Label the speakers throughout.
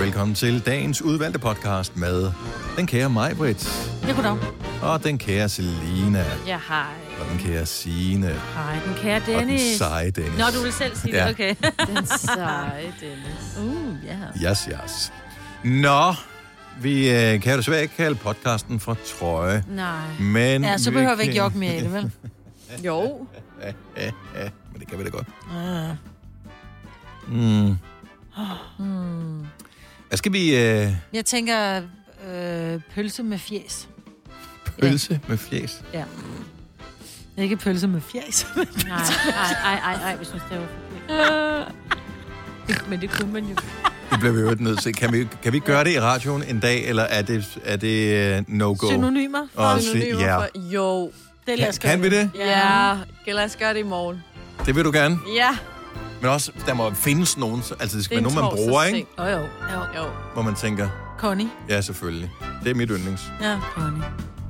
Speaker 1: velkommen til dagens udvalgte podcast med den kære Majbrit,
Speaker 2: Ja, goddag.
Speaker 1: og den kære Selina,
Speaker 2: Ja, hej.
Speaker 1: og den kære Signe,
Speaker 2: Hej, den kære
Speaker 1: og den
Speaker 2: Dennis.
Speaker 1: seje Dennis.
Speaker 2: Nå, du vil selv sige
Speaker 1: Ja.
Speaker 2: det, okay.
Speaker 3: Den seje Dennis.
Speaker 2: Uh, ja.
Speaker 1: Yes, yes. Nå, vi øh, kan jo desværre ikke kalde podcasten for trøje,
Speaker 2: Nej.
Speaker 1: men...
Speaker 2: Ja, så behøver vi
Speaker 1: kan-
Speaker 2: ikke jokke mere i det, vel?
Speaker 3: Jo.
Speaker 1: Ja, ja, ja, men det kan vi da godt.
Speaker 2: Ja.
Speaker 1: Mm.
Speaker 2: Hmm.
Speaker 1: Hvad skal vi... Øh,
Speaker 2: Jeg tænker øh, pølse med fjes.
Speaker 1: pølse med fjæs?
Speaker 2: Ikke pølse med fjes.
Speaker 3: Nej, nej, nej, nej, nej, vi synes, det var Men det kunne man jo.
Speaker 1: Det bliver vi jo nødt til. Kan vi, kan vi ikke gøre det i radioen en dag, eller er det, er det øh, no-go?
Speaker 2: Synonymer.
Speaker 1: Og se, ja.
Speaker 3: Jo.
Speaker 2: Det lader
Speaker 1: Kan, kan vi det?
Speaker 3: Ja. ja. Lad os gøre det i morgen.
Speaker 1: Det vil du gerne.
Speaker 3: Ja.
Speaker 1: Men også, der må findes nogen, så- altså det skal
Speaker 3: en
Speaker 1: være nogen, man bruger,
Speaker 3: torsdagsting.
Speaker 1: ikke?
Speaker 2: Åh, oh, jo. jo.
Speaker 3: Jo.
Speaker 1: Hvor man tænker,
Speaker 2: Connie.
Speaker 1: ja, selvfølgelig. Det er mit yndlings.
Speaker 2: Ja, Connie.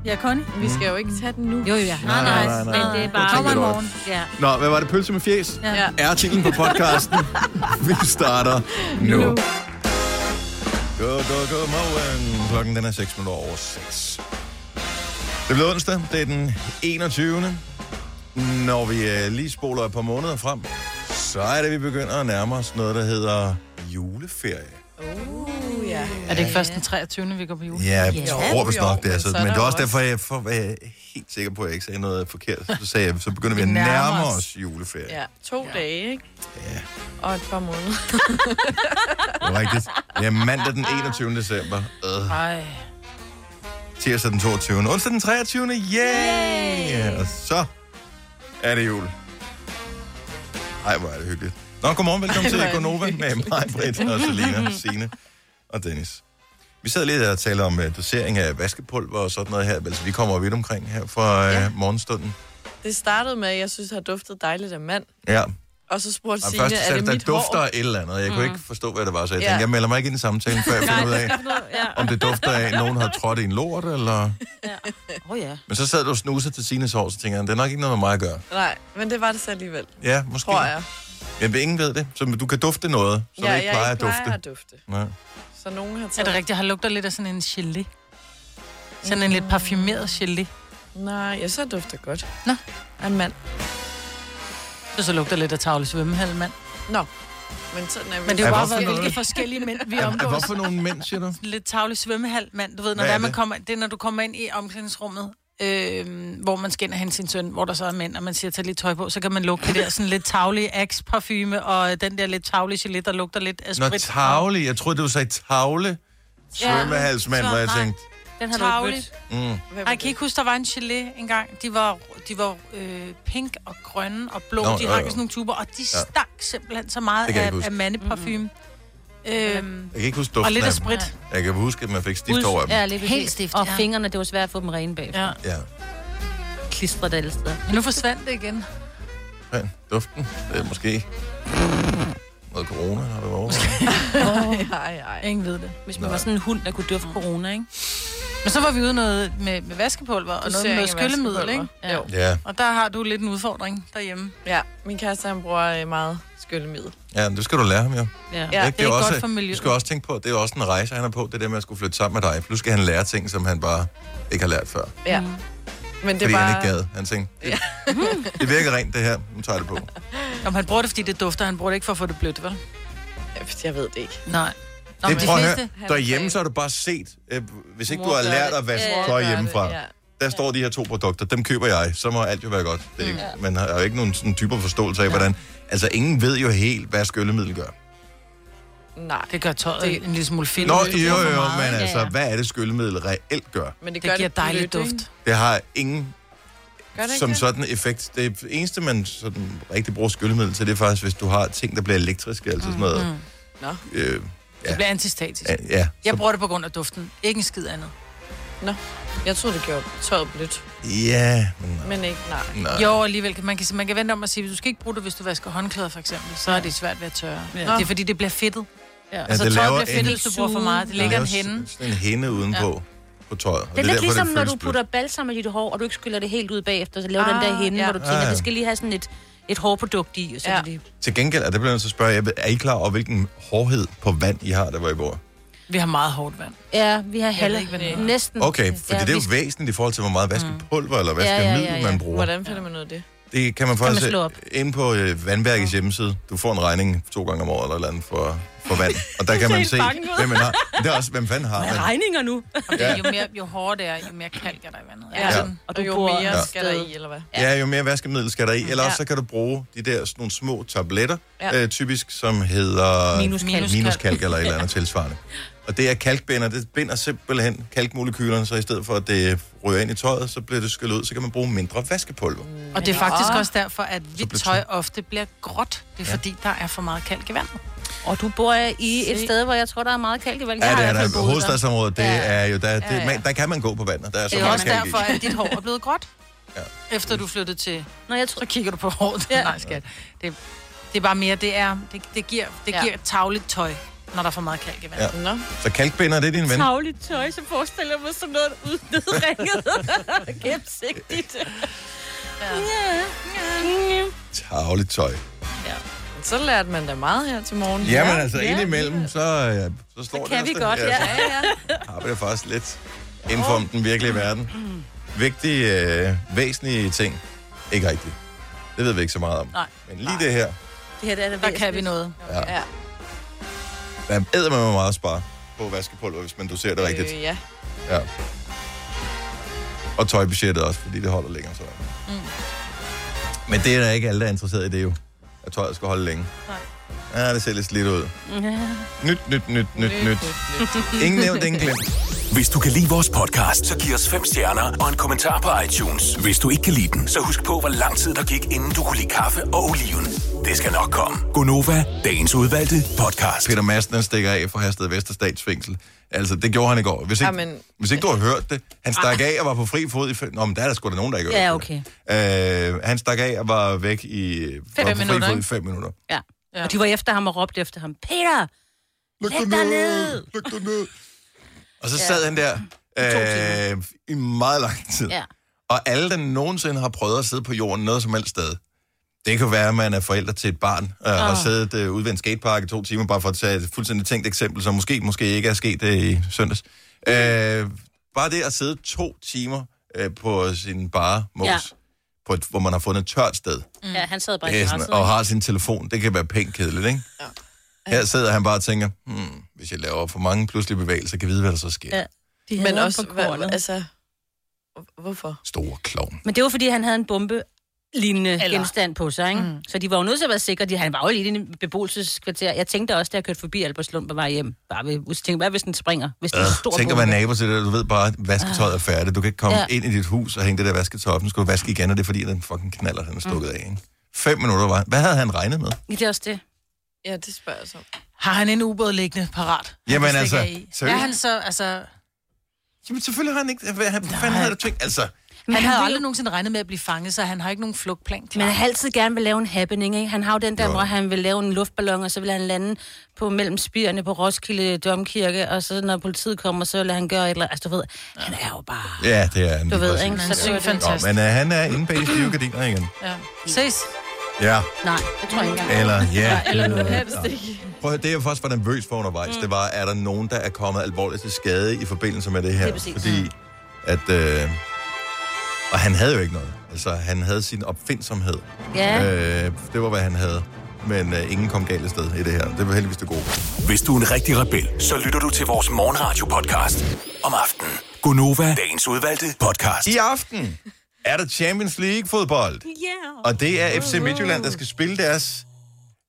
Speaker 2: Ja, Connie.
Speaker 3: Vi skal jo ikke tage den nu.
Speaker 2: Jo, ja.
Speaker 1: Nej, nej, nej, nej.
Speaker 2: Men det er bare...
Speaker 1: Godt
Speaker 2: Kommer
Speaker 1: tænkt,
Speaker 2: i
Speaker 1: det var.
Speaker 2: morgen. Ja.
Speaker 1: Nå, hvad var det? Pølse med fjes?
Speaker 2: Ja.
Speaker 3: Ja.
Speaker 1: Er titlen på podcasten. Vi starter nu.
Speaker 3: Nu.
Speaker 1: Go, go, go, morgen. Klokken den er 6 minutter over 6. Det bliver onsdag. Det er den 21. Når vi øh, lige spoler et par måneder frem, så er det, vi begynder at nærme os noget, der hedder juleferie.
Speaker 4: Er det ikke først den 23. vi går på jul?
Speaker 1: Ja, jeg
Speaker 2: Ja.
Speaker 1: tror vist
Speaker 3: Jo,
Speaker 1: nok, det er
Speaker 3: men
Speaker 1: sådan.
Speaker 3: så er
Speaker 1: Men
Speaker 3: der
Speaker 1: det er
Speaker 3: jo
Speaker 1: også
Speaker 3: også-
Speaker 1: derfor, jeg for, var jeg helt sikker på, at jeg ikke sagde noget forkert. Så, sagde jeg, så begynder vi at
Speaker 4: Vi nærmer
Speaker 1: nærme
Speaker 4: os.
Speaker 1: os juleferie.
Speaker 3: Ja. To ja. dage, ikke?
Speaker 1: Ja.
Speaker 3: Og et par måneder.
Speaker 1: Det er rigtigt. Ja, mandag den 21. december. Øh,
Speaker 4: Ej.
Speaker 1: tirsdag den 22. Onsdag den 23. Yay! Yeah! Og så er det jul. Ej, hvor er det hyggeligt. Nå, godmorgen. Velkommen til Gonova med mig, Britt og Selina, Signe og Dennis. Vi sad lidt og talte om uh, dosering af vaskepulver og sådan noget her. Altså, vi kommer jo vidt omkring her fra
Speaker 3: Ja.
Speaker 1: uh, morgenstunden.
Speaker 3: Det startede med, at jeg synes, at har duftet dejligt af mand.
Speaker 1: Ja,
Speaker 3: Og så spurgte
Speaker 1: og
Speaker 3: Signe,
Speaker 1: først
Speaker 3: er
Speaker 1: sagde
Speaker 3: det
Speaker 1: du, der
Speaker 3: mit
Speaker 1: dufter
Speaker 3: hår? Mm.
Speaker 1: et eller andet. Jeg kunne
Speaker 2: Mm.
Speaker 1: ikke forstå, hvad det var, så jeg
Speaker 3: Ja.
Speaker 1: tænkte, jeg melder mig ikke ind i samtalen, før jeg finder ud af,
Speaker 2: Ja.
Speaker 1: om det dufter af, at nogen har trådt i en lort, eller...
Speaker 2: Åh, oh, ja.
Speaker 1: Men så sad du og snusede til Sines hår, så tænkte jeg, det er nok ikke noget med mig at gøre.
Speaker 3: Nej, men det var det så alligevel,
Speaker 1: Ja, måske.
Speaker 3: tror jeg.
Speaker 1: Men ingen ved det, så du kan dufte noget, så ja,
Speaker 3: ja,
Speaker 1: det ikke
Speaker 3: jeg
Speaker 1: plejer at
Speaker 3: ikke plejer
Speaker 1: dufte.
Speaker 3: at dufte.
Speaker 1: Nej.
Speaker 3: Så nogen har taget...
Speaker 4: Er det rigtigt? Han lugter lidt af sådan en gelé. Sådan en lidt parfumeret gelé.
Speaker 3: Mm. Nej, jeg så dufter godt.
Speaker 4: Nå.
Speaker 3: Af en mand.
Speaker 4: Det så lugter lidt af tavle svømmehal, mand.
Speaker 3: Nå. Men sådan er vi.
Speaker 4: Men det er jo
Speaker 1: Ja,
Speaker 4: bare,
Speaker 1: hvorfor
Speaker 4: hvad,
Speaker 1: noget?
Speaker 4: hvilke forskellige mænd vi
Speaker 1: Er, er,
Speaker 4: omgås.
Speaker 1: hvorfor nogle mænd, siger du?
Speaker 4: Lidt tavle svømmehal, mand. Du ved, når det
Speaker 1: Hvad er
Speaker 4: er, man
Speaker 1: det?
Speaker 4: kommer, det er, når du kommer ind i omklædningsrummet, øh, hvor man skal ind og hente sin søn, hvor der så er mænd, og man siger, tag lidt tøj på, så kan man lugte det der sådan lidt tavlige axe parfume og øh, den der lidt tavlige gelé, der lugter lidt af
Speaker 1: Nå,
Speaker 4: sprit.
Speaker 1: tavle. Jeg troede, du sagde tavle. Svømmehalsmand,
Speaker 4: så
Speaker 1: hvor jeg
Speaker 4: nej.
Speaker 1: tænkte,
Speaker 2: Den har du ikke
Speaker 4: Tavligt.
Speaker 2: mødt.
Speaker 1: mm,
Speaker 3: Hvad var
Speaker 4: Ej, jeg kan I ikke huske, der var en gelé engang. De var, de var øh, pink og grønne og blå.
Speaker 1: Nå,
Speaker 4: Nå,
Speaker 1: jo,
Speaker 4: de
Speaker 1: jo.
Speaker 4: hang i sådan nogle tuber, og de
Speaker 1: Ja.
Speaker 4: stank simpelthen så
Speaker 1: Det
Speaker 4: meget
Speaker 1: kan jeg ikke
Speaker 4: af,
Speaker 1: huske. Mhm.
Speaker 4: af mandeparfume. Mm. Øhm,
Speaker 1: jeg kan ikke huske
Speaker 4: og
Speaker 1: duften
Speaker 4: lidt af
Speaker 1: dem.
Speaker 4: sprit.
Speaker 1: Jeg kan huske, at man fik stift over dem.
Speaker 5: Ja, lige præcis.
Speaker 4: Helt stift,
Speaker 5: Og
Speaker 4: ja.
Speaker 5: fingrene, det var svært at få dem rene bag. Ja.
Speaker 4: Ja.
Speaker 1: Ja.
Speaker 5: Klistret alle steder.
Speaker 4: Men Nu forsvandt det igen.
Speaker 1: ja. Duften, det er måske... Noget corona har det været over.
Speaker 3: det? Ej, ej.
Speaker 4: Ingen ved det.
Speaker 5: Hvis man var sådan en hund, der kunne dufte corona, ikke?
Speaker 4: Men så var vi ude noget med, med vaskepulver og noget med noget skyllemiddel, ikke?
Speaker 3: Ja. Jo.
Speaker 1: Ja,
Speaker 4: Og der har du lidt en udfordring derhjemme. Mm.
Speaker 3: ja, min kæreste, han bruger øh, meget skyllemiddel.
Speaker 1: ja, men det skal du lære ham jo.
Speaker 5: Ja.
Speaker 3: Ja.
Speaker 5: ja.
Speaker 1: Ikke?
Speaker 4: det er
Speaker 1: jo
Speaker 4: godt
Speaker 1: også,
Speaker 4: for miljøet.
Speaker 1: Du skal også tænke på, at det er også en rejse, han er på, det der med at skulle flytte sammen med dig. For nu skal han lære ting, som han bare ikke har lært før. Det
Speaker 3: Ja. Mm. Men det
Speaker 1: fordi
Speaker 3: var...
Speaker 1: han ikke gad. Han tænkte, det, det virker rent det her, nu tager jeg det på.
Speaker 4: Om han bruger det, fordi det dufter. Han bruger det ikke for at få det blødt, vel?
Speaker 3: Jeg ved det ikke.
Speaker 4: Nej. Nå,
Speaker 1: Det
Speaker 4: men
Speaker 1: prøv at
Speaker 4: fleste-
Speaker 1: høre. Derhjemme, så har du bare set, øh, hvis ikke du har
Speaker 5: gør
Speaker 1: lært
Speaker 5: det.
Speaker 1: at vaske
Speaker 5: Ja,
Speaker 1: tøj
Speaker 3: gør
Speaker 1: hjemmefra.
Speaker 3: det, ja.
Speaker 1: Der står de her to produkter, dem køber jeg, så må alt jo være godt. Det er ikke, man har jo ikke nogen sådan typer forståelse af, hvordan... Altså, ingen ved jo helt, hvad skyllemiddel gør.
Speaker 3: Nej,
Speaker 4: Det gør tøjet
Speaker 3: Det-
Speaker 4: en lille smule fedt.
Speaker 1: Nå, jo, jo, men
Speaker 5: Ja,
Speaker 1: altså,
Speaker 5: ja.
Speaker 1: hvad er det skyllemiddel reelt gør?
Speaker 3: men det, gør
Speaker 4: Det giver dejlig
Speaker 3: blødt, ikke?
Speaker 4: duft.
Speaker 1: Det har ingen
Speaker 3: Gør det ikke
Speaker 1: som
Speaker 3: det?
Speaker 1: sådan effekt. Det eneste, man sådan rigtig bruger skyllemiddel til, det er faktisk, hvis du har ting, der bliver elektriske, altså sådan noget.
Speaker 3: Nå.
Speaker 1: Øh, Ja.
Speaker 4: Mm-hmm. Det bliver antistatisk.
Speaker 1: ja, ja.
Speaker 4: Jeg
Speaker 1: Så,
Speaker 4: bruger det på grund af duften. Ikke en skid andet.
Speaker 3: Nå. Jeg troede, det gjorde tøjet blødt,
Speaker 1: ja, men
Speaker 3: men ikke nej.
Speaker 1: nej.
Speaker 4: Jo, alligevel. kan- Man kan, man kan vente om at sige, at du skal ikke bruge det, hvis du vasker håndklæder, for eksempel. Så er det svært ved at tørre. Ja. Det er fordi, det bliver fedtet. Ja. Altså,
Speaker 1: det
Speaker 4: det tøjet
Speaker 1: laver
Speaker 4: bliver fedtet,
Speaker 1: en-
Speaker 4: hvis du bruger for meget. Det ligger en
Speaker 1: Der er jo
Speaker 4: hænde.
Speaker 1: s- Sådan en hænde udenpå på tøjet. og
Speaker 5: Det er lidt
Speaker 1: derfor,
Speaker 5: ligesom, når du
Speaker 1: føles
Speaker 5: putter balsam i dit hår, og du ikke skyller det helt ud bagefter, så laver ah, den der hende,
Speaker 3: ja.
Speaker 5: ja. hvor du tænker,
Speaker 1: Ah, ja.
Speaker 5: det skal lige have sådan et, et hårprodukt i, og så
Speaker 3: Ja.
Speaker 5: ja. det,
Speaker 1: blødt. Til gengæld, og det bliver jeg nødt til at spørge, jer, er I klar over, hvilken hårdhed på vand, I har, der hvor I bor?
Speaker 4: Vi har meget hårdt vand.
Speaker 5: Ja, vi har halv...
Speaker 4: ikke, hvad det er.
Speaker 5: Næsten.
Speaker 1: Okay, fordi
Speaker 5: ja,
Speaker 1: det er
Speaker 5: vi
Speaker 1: jo væsentligt i forhold til, hvor meget vaskepulver eller
Speaker 5: ja, ja,
Speaker 1: vaskemiddel
Speaker 5: ja.
Speaker 1: man bruger.
Speaker 3: Hvordan finder man ud af det?
Speaker 1: Det kan man
Speaker 4: man
Speaker 1: faktisk
Speaker 4: slå op.
Speaker 1: ind på øh, vandværkets hjemmeside. Du får en regning to gange om året eller et eller andet for, for vand. Og der kan man
Speaker 5: helt
Speaker 1: se,
Speaker 5: bange ud.
Speaker 1: hvem man har. Men Det er også, hvem fanden har man.
Speaker 5: regninger nu.
Speaker 1: Ja.
Speaker 4: Ja. Jo, mere, jo hårdere det er, jo mere kalk er der i vandet.
Speaker 3: Ja.
Speaker 4: Altså,
Speaker 5: Og
Speaker 3: Og
Speaker 5: du
Speaker 3: jo
Speaker 5: bor
Speaker 3: mere
Speaker 5: et
Speaker 3: skal der
Speaker 5: sted.
Speaker 3: i, eller hvad?
Speaker 1: Ja, jo mere vaskemiddel skal der i. Eller også
Speaker 3: Ja.
Speaker 1: så kan du bruge de der sådan nogle små tabletter,
Speaker 3: Ja.
Speaker 1: øh, typisk, som hedder
Speaker 5: Minuskalk.
Speaker 1: minuskalk eller et eller andet tilsvarende. Og det er kalkbinder. Det binder simpelthen kalkmolekylerne, så i stedet for, at det ryger ind i tøjet, så bliver det skyllet ud, så kan man bruge mindre vaskepulver.
Speaker 4: Og det er faktisk også derfor, at
Speaker 1: bliver
Speaker 4: hvidt tøj ofte bliver gråt. Det er
Speaker 1: Ja.
Speaker 4: fordi, der er for meget kalk i vandet.
Speaker 5: Og du bor i et sted, hvor jeg tror, der er meget kalkevand.
Speaker 1: Ja, det er der.
Speaker 5: der.
Speaker 1: Hovedstadsområdet, det
Speaker 5: Ja.
Speaker 1: er jo, der, det,
Speaker 3: Ja, ja.
Speaker 1: Man, der kan man gå på vandet. Der er så
Speaker 4: Det er
Speaker 1: meget
Speaker 4: også
Speaker 1: kalk i.
Speaker 4: derfor, at dit hår er blevet gråt.
Speaker 1: Ja.
Speaker 4: Ja. Efter du flyttede til...
Speaker 5: Nå, jeg tror...
Speaker 4: Så kigger du på håret. Ja. Nej, skat. Det, det er bare mere, det er... Det, det giver, det
Speaker 3: Ja.
Speaker 4: giver tagligt tøj, når der er for meget kalk i vandet.
Speaker 1: Ja.
Speaker 4: Ja.
Speaker 3: Nå.
Speaker 1: Så kalkbinder, det er din ven.
Speaker 5: Tavligt tøj, så forestiller jeg mig sådan noget ud nedringet. Gennemsigtigt. Ja. ja.
Speaker 1: Tavligt tøj.
Speaker 3: Så lærte man da meget her til morgen.
Speaker 1: Jamen altså,
Speaker 5: ja.
Speaker 1: indimellem, så, øh, så står det
Speaker 5: Kan vi
Speaker 1: også,
Speaker 5: godt, ja.
Speaker 1: så-
Speaker 5: ja, ja.
Speaker 1: arbejder faktisk lidt inden for den virkelige verden. Vigtige, øh, væsentlige ting. Ikke rigtigt. Det ved vi ikke så meget om.
Speaker 4: Nej.
Speaker 1: Men lige det her,
Speaker 5: Det her, det er da
Speaker 4: Der kan vi
Speaker 5: væsentligt.
Speaker 4: noget.
Speaker 3: Ja.
Speaker 1: der æder man meget at spare på vaskepulver, hvis man doserer det rigtigt.
Speaker 3: Øh, ja.
Speaker 1: Ja. Og tøjbudgettet også, fordi det holder længere så. Mm. Men det er der ikke alle, der er interesseret i det jo. At tøjet skal holde længe. Nej. Ja, det ser lidt slidt ud. Nyt, nyt, nyt, nyt, nyt. Ingen nævnt, ingen glemt.
Speaker 6: Hvis du kan lide vores podcast, så giv os fem stjerner og en kommentar på iTunes. Hvis du ikke kan lide den, så husk på, hvor lang tid der gik, inden du kunne lide kaffe og oliven. Det skal nok komme. Gonova, dagens udvalgte podcast.
Speaker 1: Peter Madsen, han stikker af fra Hersted Vesterstatsfængsel. Altså, det gjorde han i går. Hvis ikke,
Speaker 3: Jamen.
Speaker 1: hvis ikke du har hørt det, han stak af og var på fri fod i... fæ- Nå, men der er der sgu da nogen, der ikke har
Speaker 5: Ja,
Speaker 1: hørt det. Øh, han stak af og var væk i... Fem var på
Speaker 4: minutter,
Speaker 1: fri fod i
Speaker 4: ikke?
Speaker 1: fem minutter.
Speaker 5: Ja. Og de var efter ham og råbte efter ham. Peter! Læg dig ned!
Speaker 1: Læg dig ned! Og så sad han der øh, i meget lang tid.
Speaker 5: Ja.
Speaker 1: Og alle, der nogensinde har prøvet at sidde på jorden noget som helst sted, det kan være, at man er forældre til et barn øh, og har siddet øh, ude ved en skatepark i to timer, bare for at tage et fuldstændig tænkt eksempel, som måske, måske ikke er sket øh, i søndags. Øh, bare det at sidde to timer øh, på sin bare mos, ja.
Speaker 5: Ja.
Speaker 1: på et, hvor man har fundet et tørt sted,
Speaker 5: Ja, han sad bare i
Speaker 1: det er sådan,
Speaker 5: græsset.
Speaker 1: og har sin telefon, det kan være pænt kedeligt, ikke? Ja. Her sidder han bare og tænker, hmm, hvis jeg laver for mange pludselige bevægelser, kan jeg vide, hvad der så sker. Ja.
Speaker 5: Ja. De havde
Speaker 3: Men
Speaker 5: ham
Speaker 3: også,
Speaker 5: på
Speaker 3: hvad,
Speaker 5: kornet.
Speaker 3: altså... Hvorfor?
Speaker 1: Store klovn.
Speaker 5: Men det var, fordi han havde en bombe lignende
Speaker 4: Eller-
Speaker 5: genstand på sig, ikke? Mm. Så de var jo nødt til at være sikre. De, han var jo lige i en beboelseskvarter. Jeg tænkte også, da jeg kørte forbi Albertslund på vej hjem. Bare ved, jeg tænkte, hvad hvis den springer? Hvis det er en stor
Speaker 1: Øh, tænker
Speaker 5: bombe.
Speaker 1: man nabo til det, du ved bare, at vasketøjet er færdigt. Du kan ikke komme ja.
Speaker 5: Ah. Ja.
Speaker 1: ind i dit hus og hænge det der vasketøj op. Nu skal du vaske igen, og det er fordi, den fucking knaller, den er stukket af. Ikke? Fem minutter var Hvad havde han regnet med?
Speaker 5: Ja, Det er også det.
Speaker 3: Ja, det spørger jeg så.
Speaker 4: Har han en ubåd liggende parat? han
Speaker 1: Jamen
Speaker 4: kan stikke
Speaker 1: altså,
Speaker 4: af i?
Speaker 1: seriøst?
Speaker 4: Er han så, altså...
Speaker 1: Jamen selvfølgelig har han ikke... Hvad han- hvad fanden havde du tænkt? Altså,
Speaker 5: Men
Speaker 4: Han havde
Speaker 5: vil
Speaker 4: aldrig
Speaker 5: jo-
Speaker 4: nogensinde regnet med at blive fanget, så han har ikke nogen flugtplan klar.
Speaker 5: Men han har altid gerne vil lave en happening, ikke? Han har jo den der,
Speaker 1: Jo.
Speaker 5: jo. hvor han vil lave en luftballon, og så vil han lande på mellem spirene på Roskilde Domkirke, og så når politiet kommer, så vil han gøre et eller andet. Altså, du ved, han er jo bare...
Speaker 1: ja, det er
Speaker 5: Du
Speaker 1: han. lige
Speaker 5: ved,
Speaker 1: præcis.
Speaker 5: ikke? Så
Speaker 4: Han
Speaker 5: det var
Speaker 4: synger
Speaker 5: det.
Speaker 1: Nå,
Speaker 4: fantastisk.
Speaker 1: men øh, han er inde bag de stive gardiner igen.
Speaker 4: Ja. Ses.
Speaker 1: Ja.
Speaker 5: Nej, det tror jeg ikke engang.
Speaker 1: Eller ja.
Speaker 3: Eller noget helst ikke.
Speaker 1: Prøv at høre, det jeg faktisk var nervøs for undervejs, mm. det var, er der nogen, der er kommet alvorligt til skade i forbindelse med det her?
Speaker 5: Det er præcis. Mm.
Speaker 1: Fordi at... Øh, og han havde jo ikke noget. Altså, han havde sin opfindsomhed.
Speaker 5: Ja.
Speaker 1: Øh, det var, hvad han havde. Men øh, ingen kom galt af sted i det her. Det var heldigvis det gode.
Speaker 6: Hvis du er en rigtig rebel, så lytter du til vores morgenradio-podcast om aftenen. Gonova, dagens udvalgte podcast.
Speaker 1: I aften er der Champions League-fodbold.
Speaker 5: Yeah.
Speaker 1: Og det er FC Midtjylland, der skal spille deres...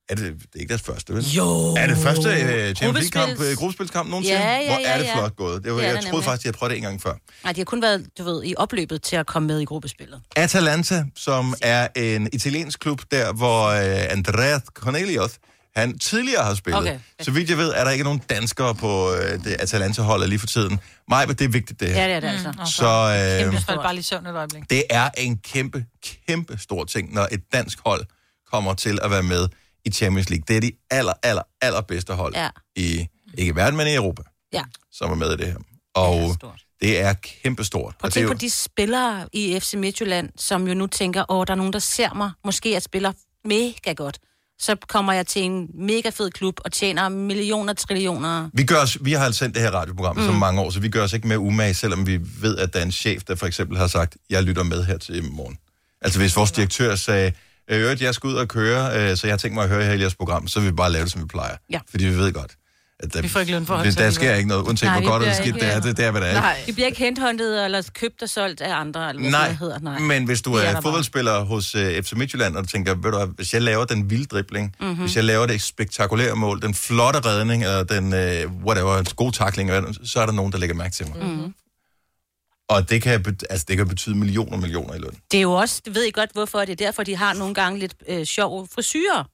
Speaker 1: Er det, det er ikke deres første, vel?
Speaker 5: Jo.
Speaker 1: Er det første uh, Champions League-kamp,
Speaker 5: Gruppespils.
Speaker 1: uh, gruppespilskamp nogensinde?
Speaker 5: Ja, ja,
Speaker 1: Hvor er
Speaker 5: ja,
Speaker 1: det
Speaker 5: ja.
Speaker 1: flot gået. Det var,
Speaker 5: Det er
Speaker 1: jeg
Speaker 5: det
Speaker 1: troede
Speaker 5: nemlig.
Speaker 1: faktisk, jeg prøvede det en gang før.
Speaker 5: Nej, de har kun været, du ved, i opløbet til at komme med i gruppespillet.
Speaker 1: Atalanta, som er en italiensk klub, der hvor uh, Andrea Cornelius, han tidligere har spillet. Okay.
Speaker 5: Okay.
Speaker 1: Så vidt jeg ved, er der ikke nogen danskere på uh, det Atalanta-holdet lige for tiden. Maj, men det er vigtigt, det her.
Speaker 5: Ja, det er det altså.
Speaker 1: Så øh,
Speaker 4: Jeg faldt bare lige i søvn et øjeblik.
Speaker 1: det er en kæmpe, kæmpe stor ting, når et dansk hold kommer til at være med i Champions League. Det er de aller, aller, allerbedste hold
Speaker 5: Ja.
Speaker 1: i, ikke i verden, men i Europa,
Speaker 5: Ja.
Speaker 1: som er med i det her.
Speaker 5: Det er
Speaker 1: Og
Speaker 5: stort.
Speaker 1: Altså, det er kæmpe stort.
Speaker 5: Prøv at tænke på de spillere i FC Midtjylland, som jo nu tænker, åh, der er nogen, der ser mig. Måske jeg spiller mega godt. så kommer jeg til en mega fed klub og tjener millioner, trillioner.
Speaker 1: Vi, gør os, vi har sendt det her radioprogram mm. så mange år, så vi gør os ikke mere umage, selvom vi ved, at der er en chef, der for eksempel har sagt, jeg lytter med her til i morgen. Altså hvis vores direktør sagde, øh, øvrigt, jeg skal ud og køre, øh, så jeg har tænkt mig at høre her i jeres program, så vil vi bare lave det, som vi plejer.
Speaker 5: Ja.
Speaker 1: Fordi vi ved godt, at der,
Speaker 4: Vi får ikke lønforhøjelse
Speaker 1: det, der sker
Speaker 4: alligevel.
Speaker 1: ikke noget, uanset
Speaker 5: Nej,
Speaker 1: Nej,
Speaker 5: vi
Speaker 1: hvor godt
Speaker 5: bliver
Speaker 1: eller skidt
Speaker 5: ikke-
Speaker 1: det er, det, det er, hvad det er. ikke?
Speaker 3: Nej.
Speaker 5: Det bliver ikke henthåndtet eller købt og solgt af andre, eller hvad Nej. det hedder. Nej.
Speaker 1: men hvis du
Speaker 5: Det er
Speaker 1: er
Speaker 5: der bare.
Speaker 1: fodboldspiller hos uh, FC Midtjylland, og du tænker, ved du, hvad, hvis jeg laver den vilde dribling,
Speaker 5: Mhm.
Speaker 1: mm-hmm. hvis jeg laver det spektakulære mål, den flotte redning, eller den uh, whatever, gode takling, eller hvad, så er der nogen, der lægger mærke til
Speaker 5: Mm.
Speaker 1: mig. Mm-hmm. Og det kan, bet- altså, det kan betyde millioner og millioner i løn.
Speaker 5: Det er jo også, det ved I godt hvorfor, det er derfor, de har nogle gange lidt øh, sjove frisyrer.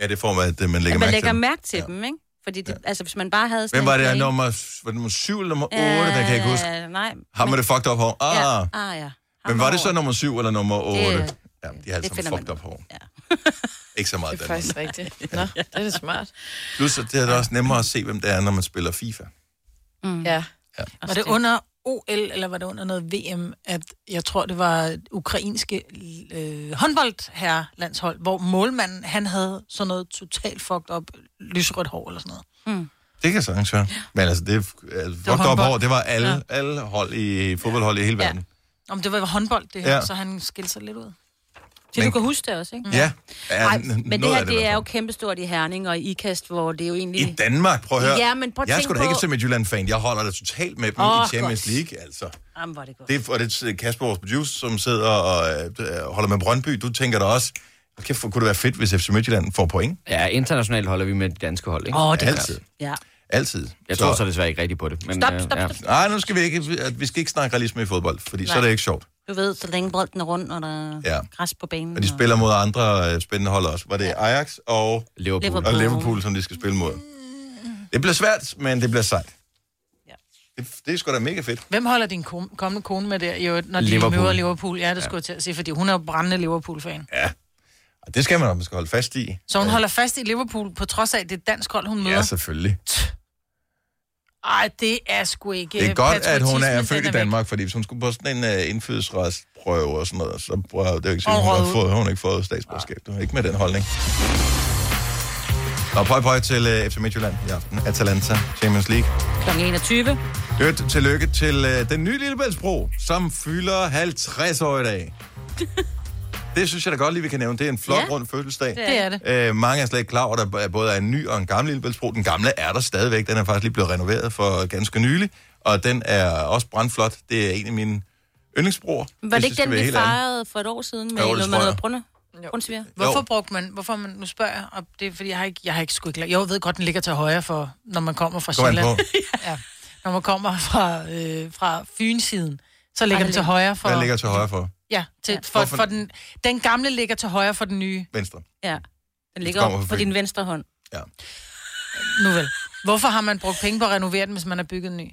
Speaker 1: Ja, det får man, at øh, man lægger
Speaker 5: At man
Speaker 1: mærke
Speaker 5: lægger
Speaker 1: til. dem.
Speaker 5: mærke til ja. dem, ikke? Fordi det, ja. altså, hvis man bare havde sådan...
Speaker 1: Hvem var det?
Speaker 5: en-
Speaker 1: Nummer, var det nummer 7 eller nummer 8? Øh, der kan jeg ikke huske.
Speaker 5: Øh, Nej.
Speaker 1: Ham med det fucked up hår. Ah,
Speaker 5: Ja.
Speaker 1: ja.
Speaker 5: Ah, ja. Ham
Speaker 1: Men var det
Speaker 5: over.
Speaker 1: så nummer 7 eller nummer 8?
Speaker 5: Det-
Speaker 1: Det, ja, de har alle
Speaker 5: det
Speaker 1: sammen
Speaker 5: finder man
Speaker 1: fucked up
Speaker 5: ud.
Speaker 1: hår.
Speaker 5: Ja.
Speaker 1: Ikke så meget
Speaker 3: Det er
Speaker 1: Danmark.
Speaker 3: faktisk rigtigt. Nå, det er da smart.
Speaker 1: Plus, at det er da også nemmere at se, hvem det er, når man spiller FIFA.
Speaker 5: Mm.
Speaker 3: Ja.
Speaker 4: Var det under OL, eller var det under noget VM, at jeg tror, det var ukrainske øh, håndboldherrelandshold, hvor målmanden, han havde sådan noget totalt fucked op lyserødt hår eller sådan noget.
Speaker 1: Det kan sagtens være. Men altså, det, altså, det var op
Speaker 4: håndbold.
Speaker 1: over, det var alle, ja. alle hold i fodboldhold i hele verden.
Speaker 4: Om det var håndbold, det her,
Speaker 1: Ja.
Speaker 4: ja. så han skilte sig lidt ud.
Speaker 5: Så du
Speaker 1: Men-
Speaker 5: kan huske det også, ikke?
Speaker 1: Ja. ja.
Speaker 5: Ej, men det her, det,
Speaker 1: i
Speaker 5: er jo
Speaker 1: hvert
Speaker 5: kæmpestort i Herning og i Ikast, hvor det er jo egentlig...
Speaker 1: fald. I Danmark, prøv at høre.
Speaker 5: Ja, men prøv at
Speaker 1: jeg er
Speaker 5: tænke
Speaker 1: sgu da ikke
Speaker 5: på-
Speaker 1: som et Jylland-fan. Jeg holder da totalt med dem
Speaker 5: Åh,
Speaker 1: i Champions
Speaker 5: godt.
Speaker 1: League, altså.
Speaker 5: Jamen, hvor er det godt.
Speaker 1: Det er, og det er Kasper, vores producer, som sidder og øh, holder med Brøndby. Du tænker da også, kæft, hvor kunne det være fedt, hvis FC Midtjylland får point?
Speaker 7: Ja, internationalt holder vi med det danske hold, ikke?
Speaker 5: Åh, det er godt.
Speaker 1: Altid.
Speaker 5: Ja.
Speaker 1: Altid.
Speaker 7: Jeg tror så desværre ikke rigtigt på det. Men,
Speaker 5: Stop,
Speaker 7: øh,
Speaker 5: stop,
Speaker 7: ja.
Speaker 5: stop.
Speaker 1: Nej, nu skal vi ikke, at vi skal ikke snakke realisme i fodbold, fordi Nej. så er det ikke sjovt.
Speaker 5: Du ved, så længe bolden er rundt, og der er
Speaker 1: Ja.
Speaker 5: græs på banen.
Speaker 1: Og de spiller mod andre øh, spændende hold også. Var det Ajax og
Speaker 7: Liverpool.
Speaker 1: og
Speaker 5: Åh.
Speaker 1: Liverpool, som de skal spille mod. Det bliver svært, men det bliver sejt.
Speaker 5: Ja.
Speaker 1: Det, det er sgu da mega fedt.
Speaker 4: Hvem holder din kom- kommende kone med der, i øvrigt, når de
Speaker 7: Liverpool.
Speaker 4: Liverpool. møder Liverpool? Ja, det skulle jeg til at sige, fordi hun er jo brændende Liverpool-fan. Ja.
Speaker 1: Og det skal man, man skal holde fast i.
Speaker 4: Så hun holder fast i Liverpool, på trods af, at det er et dansk hold, hun møder.
Speaker 1: Ja, selvfølgelig.
Speaker 4: Ej, det er sgu ikke... øh,
Speaker 1: Det er godt, at hun er
Speaker 4: patriotismen,
Speaker 1: født i
Speaker 4: den væk.
Speaker 1: Danmark, fordi hvis hun skulle på sådan en uh, indfødsretsprøve og sådan noget, så prøver, det er jo ikke sikkert,
Speaker 4: Og
Speaker 1: hun har
Speaker 4: røget
Speaker 1: fået, hun har ikke fået statsborgerskab. Du har ikke med den holdning. Og pøj pøj til uh, FC Midtjylland i aften. Atalanta, Champions League.
Speaker 5: Klokken 21.
Speaker 1: Øvrigt, tillykke til øh, den nye Lillebæltsbro, som fylder 50 år i dag. det synes jeg da godt lige, vi kan nævne. Det er en flot ja.
Speaker 5: Ja.
Speaker 1: rund fødselsdag.
Speaker 4: Det er det.
Speaker 1: Øh, mange er slet ikke klar over, at der både er en ny og en gammel Lillebæltsbro. Den gamle er der stadigvæk. Den er faktisk lige blevet renoveret for ganske nylig. Og den er også brandflot. Det er en af mine yndlingsbroer.
Speaker 5: Var
Speaker 1: hvis
Speaker 5: det
Speaker 1: jeg
Speaker 5: ikke
Speaker 1: skal
Speaker 5: den,
Speaker 1: være
Speaker 5: vi
Speaker 1: helt ærlig.
Speaker 5: fejrede for et år siden med
Speaker 1: Jo,
Speaker 5: noget
Speaker 1: det tror
Speaker 5: med
Speaker 1: jeg.
Speaker 5: noget brunne?
Speaker 3: Jo.
Speaker 5: Brunsviger?
Speaker 4: Hvorfor
Speaker 1: Jo.
Speaker 4: brugte man, hvorfor man, nu spørger jeg, og det er fordi, jeg har ikke, jeg har ikke sgu ikke, jo, jeg ved godt, den ligger til højre for, når man kommer fra
Speaker 1: Kom an
Speaker 4: Sjælland.
Speaker 1: på.
Speaker 4: ja. Når man kommer fra, øh, fra Fynsiden, så ligger
Speaker 5: Ej,
Speaker 4: den
Speaker 5: det
Speaker 4: til højre for...
Speaker 1: Hvad ligger til højre for?
Speaker 4: Ja, til, for,
Speaker 1: Hvorfor-
Speaker 4: for den, den gamle ligger til højre for den nye.
Speaker 1: Venstre.
Speaker 5: Ja. Den ligger
Speaker 1: kommer
Speaker 5: op
Speaker 1: fra
Speaker 5: på
Speaker 1: Fyn.
Speaker 5: din venstre hånd.
Speaker 4: Nu vel. Hvorfor har man brugt penge på at renovere den, hvis man har bygget en ny?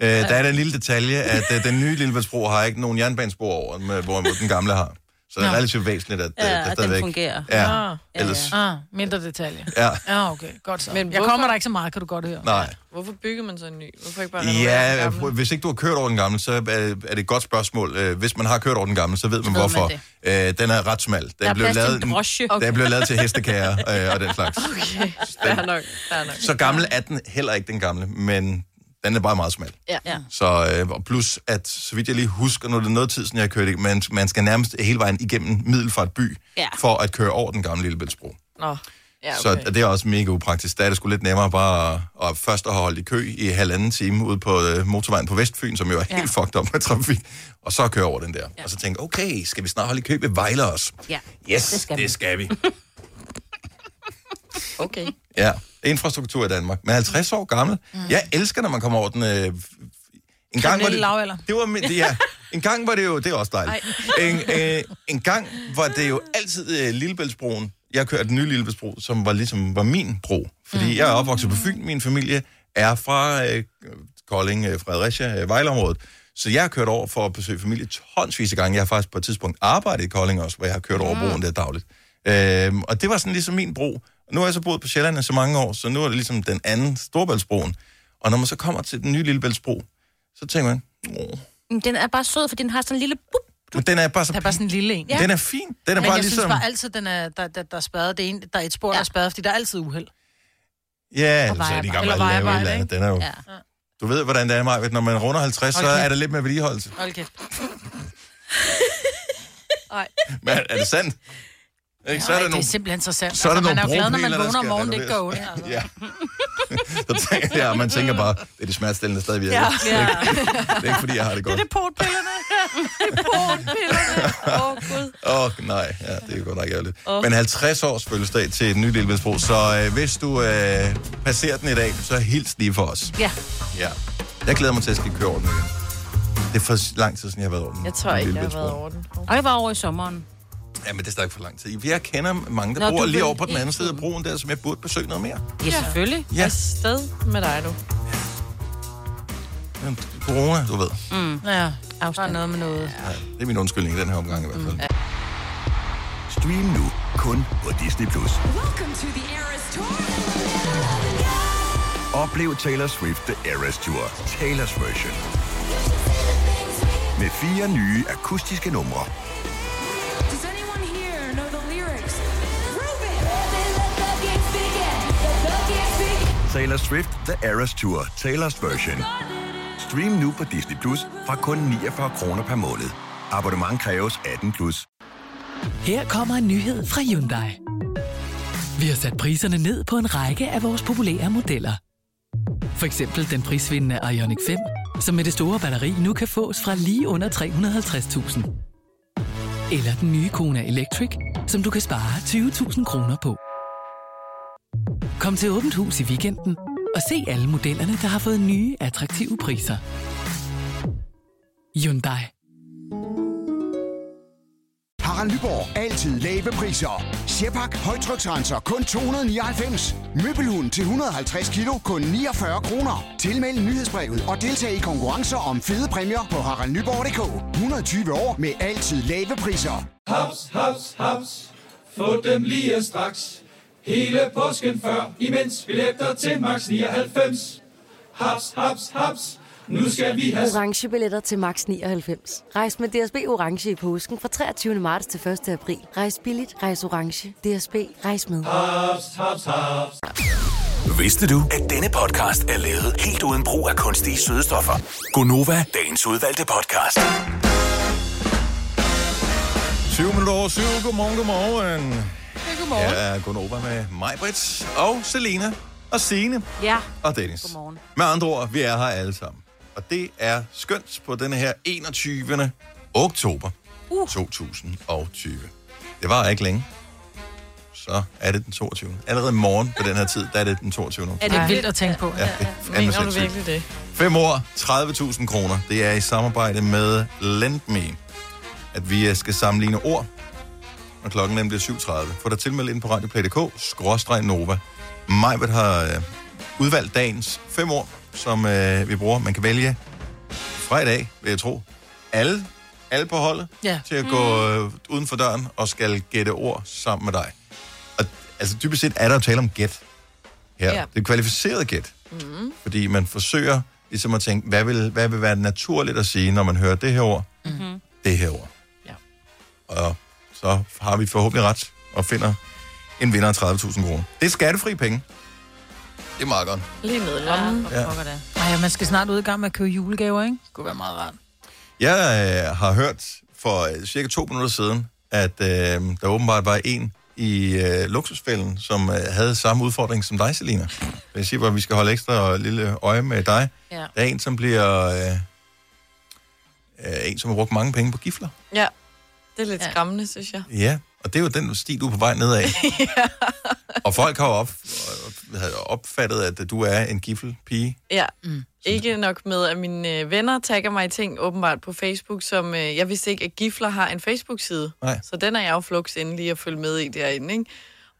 Speaker 1: Øh, der er den lille detalje, at øh, den nye Lillebæltsbro har ikke nogen jernbanespor over, med, hvorimod den gamle har. Så det er
Speaker 4: Nå.
Speaker 1: relativt væsentligt, at, øh,
Speaker 5: Ja,
Speaker 1: der
Speaker 5: at den
Speaker 1: stadigvæk-
Speaker 5: fungerer.
Speaker 1: Ja,
Speaker 4: Ah.
Speaker 1: ellers...
Speaker 4: Ah, mindre detalje.
Speaker 1: Ja.
Speaker 4: Ja, okay, godt så.
Speaker 3: Men
Speaker 4: Men jeg
Speaker 3: hvorfor-
Speaker 4: kommer der ikke så meget, kan du godt høre.
Speaker 1: Nej.
Speaker 3: Hvorfor bygger man så en ny? Hvorfor ikke bare renovere den
Speaker 1: Ja,
Speaker 3: gamle?
Speaker 1: hvis ikke du har kørt over den gamle, så er er det et godt spørgsmål. Øh, Hvis man har kørt over den gamle, så ved man hvorfor. Øh, Den er ret smal.
Speaker 5: Der
Speaker 1: Den
Speaker 5: er
Speaker 1: blev
Speaker 5: plads til
Speaker 1: lavet,
Speaker 5: en drosje.
Speaker 1: den blev lavet til hestekager øh, og den slags.
Speaker 3: Okay, fair nok, fair nok.
Speaker 1: Så gammel er den heller ikke, den gamle, men den er bare meget smal.
Speaker 3: Ja.
Speaker 5: Ja.
Speaker 1: Så øh, og plus, at så vidt jeg lige husker, nu er det noget tid, siden jeg har kørt, ikke? men man skal nærmest hele vejen igennem Middelfart by,
Speaker 5: Ja.
Speaker 1: for at køre over den gamle Lillebæltsbro.
Speaker 3: Nå, ja,
Speaker 1: Så
Speaker 3: okay.
Speaker 1: det er også mega upraktisk. Der er det sgu lidt nemmere bare at, at først at holde i kø i halvanden time ude på øh, motorvejen på Vestfyn, som jo er helt fucked op med trafik, og så køre over den der. Og så tænke, okay, skal vi snart holde i kø ved Vejle os?
Speaker 5: Ja.
Speaker 1: Yes, det
Speaker 5: Det
Speaker 1: skal,
Speaker 5: skal
Speaker 1: det
Speaker 5: vi.
Speaker 1: skal vi.
Speaker 3: Okay.
Speaker 1: ja, infrastruktur i Danmark. Men 50 år gammel. Mm. Jeg elsker, når man kommer over den... Øh, en gang var
Speaker 4: Kriminelle
Speaker 1: det,
Speaker 4: lavalder.
Speaker 1: det var min, ja. En gang var det jo, det er også dejligt. En, øh, en gang var det jo altid øh, Lillebæltsbroen. Jeg kørte den nye Lillebæltsbro, som var ligesom var min bro. Fordi mm. jeg er opvokset på Fyn, min familie er fra øh, Kolding, øh, Fredericia, øh, Vejleområdet. Så jeg har kørt over for at besøge familie tonsvis af gange. Jeg har faktisk på et tidspunkt arbejdet i Kolding også, hvor jeg har kørt over broen der dagligt. Øhm, og det var sådan ligesom min bro. Og nu har jeg så boet på Sjælland i så mange år, så nu er det ligesom den anden Storbæltsbroen. Og når man så kommer til den nye Lillebæltsbro, så tænker man, åh,
Speaker 5: Men Den er bare sød, for den har sådan en lille bup
Speaker 1: Men den er bare så...
Speaker 4: Der er bare sådan en lille en.
Speaker 1: Ja. Den er fin. Den er
Speaker 4: Men
Speaker 1: bare
Speaker 4: jeg
Speaker 1: ligesom...
Speaker 4: synes bare altid, den er, der, der, der er spadet. Det er en, der er et spor, ja. der er spadet, fordi der er altid uheld.
Speaker 1: Ja, eller så er
Speaker 4: vejer
Speaker 1: de
Speaker 4: bare.
Speaker 1: gamle at
Speaker 4: Eller vejer
Speaker 1: lave et
Speaker 4: bare,
Speaker 1: eller andet.
Speaker 4: ikke?
Speaker 1: Den er jo... Du ved, hvordan det er, Maja. Når man runder 50, så
Speaker 4: Okay.
Speaker 1: er der lidt mere vedligeholdelse.
Speaker 4: Hold kæft.
Speaker 1: Men er det sandt? Ikke? Så er
Speaker 4: Ej,
Speaker 1: der
Speaker 4: det er
Speaker 1: nogle...
Speaker 4: simpelthen så sandt. Altså,
Speaker 1: så er der
Speaker 4: man er jo
Speaker 1: nogle
Speaker 4: glad, når man vågner
Speaker 1: bropeler, der
Speaker 4: om
Speaker 1: skal
Speaker 4: morgenen, det ikke går ondt.
Speaker 1: renoveres. Ja. så tænker, ja, man tænker bare, det er det smertestillende stadig virker.
Speaker 3: Ja.
Speaker 1: Det, er ikke, det er ikke, fordi jeg har det godt.
Speaker 4: Portpillerne.
Speaker 3: Åh, oh, Gud.
Speaker 1: Åh, oh, nej. Ja, det er godt nok ærgerligt. Oh. Men 50 års fødselsdag til den nye Lillebæltsbro, så øh, hvis du øh, passerer den i dag, så hils lige for os.
Speaker 5: Ja.
Speaker 1: Ja. Jeg glæder mig til at skal køre over den igen. Det er for lang tid siden, jeg har været over den.
Speaker 3: Jeg tror ikke, jeg har været
Speaker 1: Lillebæltsbroen.
Speaker 3: over den.
Speaker 5: Og jeg var over i sommeren.
Speaker 1: Ja, men det er stadig for lang tid. Jeg kender mange, der
Speaker 5: Nå,
Speaker 1: Nå, bor
Speaker 5: du
Speaker 1: lige
Speaker 5: vil
Speaker 1: over på den
Speaker 5: hele
Speaker 1: anden side af
Speaker 5: tiden.
Speaker 1: broen der, som jeg burde besøge noget mere.
Speaker 5: Ja, selvfølgelig.
Speaker 1: Ja.
Speaker 3: Ja. Afsted med dig, du.
Speaker 1: Men Corona, du ved. Mm.
Speaker 4: Ja, bare
Speaker 5: Afstand.
Speaker 4: noget med noget.
Speaker 1: Ja, det er min undskyldning i den her omgang i hvert fald. Mm.
Speaker 6: Stream nu kun på Disney+. Plus. Oplev Taylor Swift The Eras Tour, Taylor's version. Med fire nye akustiske numre. Taylor Swift The Eras Tour, Taylor's version. Stream nu på Disney Plus fra kun 49 kroner per måned. Abonnement kræves 18 plus.
Speaker 8: Her kommer en nyhed fra Hyundai. Vi har sat priserne ned på en række af vores populære modeller. For eksempel den prisvindende Ioniq 5, som med det store batteri nu kan fås fra lige under 350.000. Eller den nye Kona Electric, som du kan spare 20.000 kroner på. Kom til Åbent Hus i weekenden og se alle modellerne, der har fået nye, attraktive priser. Hyundai.
Speaker 9: Harald Nyborg. Altid lave priser. Sjehpak. Højtryksrenser. Kun 299. Møbelhund til 150 kilo. Kun 49 kroner. Tilmeld nyhedsbrevet og deltag i konkurrencer om fede præmier på haraldnyborg.dk. 120 år med altid lave priser.
Speaker 10: Haps, haps, haps. Få dem lige straks. Hele påsken før, imens billetter til max 99. Haps, haps, haps. Nu skal vi have
Speaker 11: Orange billetter til max 99. Rejs med DSB Orange i påsken fra 23. marts til 1. april. Rejs billigt, rejs orange. DSB, rejs med.
Speaker 10: haps, haps, haps.
Speaker 6: Vidste du, at denne podcast er lavet helt uden brug af kunstige sødestoffer? Gonova, dagens udvalgte podcast.
Speaker 1: 20 minutter over 7. Godmorgen, godmorgen. Ja, godmorgen. Jeg er Gunnova med mig, Britt, og Selena, og Signe,
Speaker 5: Ja.
Speaker 1: og Dennis.
Speaker 5: Godmorgen.
Speaker 1: Med andre ord, vi er her alle sammen. Og det er skønt på den her 21. oktober uh. 2020. Det var ikke længe. Så er det den 22. Allerede i morgen på den her tid, der er det den 22. oktober.
Speaker 4: Er det vildt at tænke på?
Speaker 1: Ja, det er fandme
Speaker 3: Mener du
Speaker 1: sindssygt.
Speaker 3: virkelig det?
Speaker 1: 5 år, 30.000 kroner. Det er i samarbejde med LendMe, at vi øh, skal sammenligne ord. Og klokken den bliver 7.30. Få dig tilmeldt ind på radioplay.dk, skråstreg Nova. Majbet har øh, udvalgt dagens 5 år, som øh, vi bruger. Man kan vælge fra i dag, vil jeg tro, alle, alle på holdet
Speaker 4: Ja.
Speaker 1: til at gå øh, uden for døren og skal gætte ord sammen med dig. Og altså dybest set er der jo tale om gæt her. Ja.
Speaker 3: Ja.
Speaker 1: Det er kvalificeret gæt. Mm. Fordi man forsøger ligesom at tænke, hvad vil, hvad vil være naturligt at sige, når man hører det her ord, mm-hmm. det her ord.
Speaker 3: Ja.
Speaker 1: Og så har vi forhåbentlig ret og finder en vinder af 30.000 kroner. Det er skattefri penge. Det er meget godt.
Speaker 3: Lige ned i lommen.
Speaker 1: Ja.
Speaker 4: Ej, og man skal snart ud i gang med at købe julegaver, ikke? Det kunne være meget rart.
Speaker 1: Jeg øh, har hørt for øh, cirka to minutter siden, at øh, der åbenbart var en i øh, luksusfælden, som øh, havde samme udfordring som dig, Selina. Jeg siger bare, at vi skal holde ekstra lille øje med dig.
Speaker 3: Ja.
Speaker 1: Der er en, som bliver... Øh, øh, en, som har brugt mange penge på gifler.
Speaker 3: ja. Det er lidt ja. skræmmende, synes jeg.
Speaker 1: Ja, og det er jo den sti, du er på vej nedad. ja. Og folk har jo op, øh, havde opfattet, at du er en giffelpige.
Speaker 3: Ja. Mm. Ikke nok med, at mine øh, venner tagger mig i ting åbenbart på Facebook, som øh, jeg vidste ikke, at Gifler har en Facebook-side.
Speaker 1: Nej.
Speaker 3: Så den er jeg jo flux inde lige at følge med i derinde, ikke?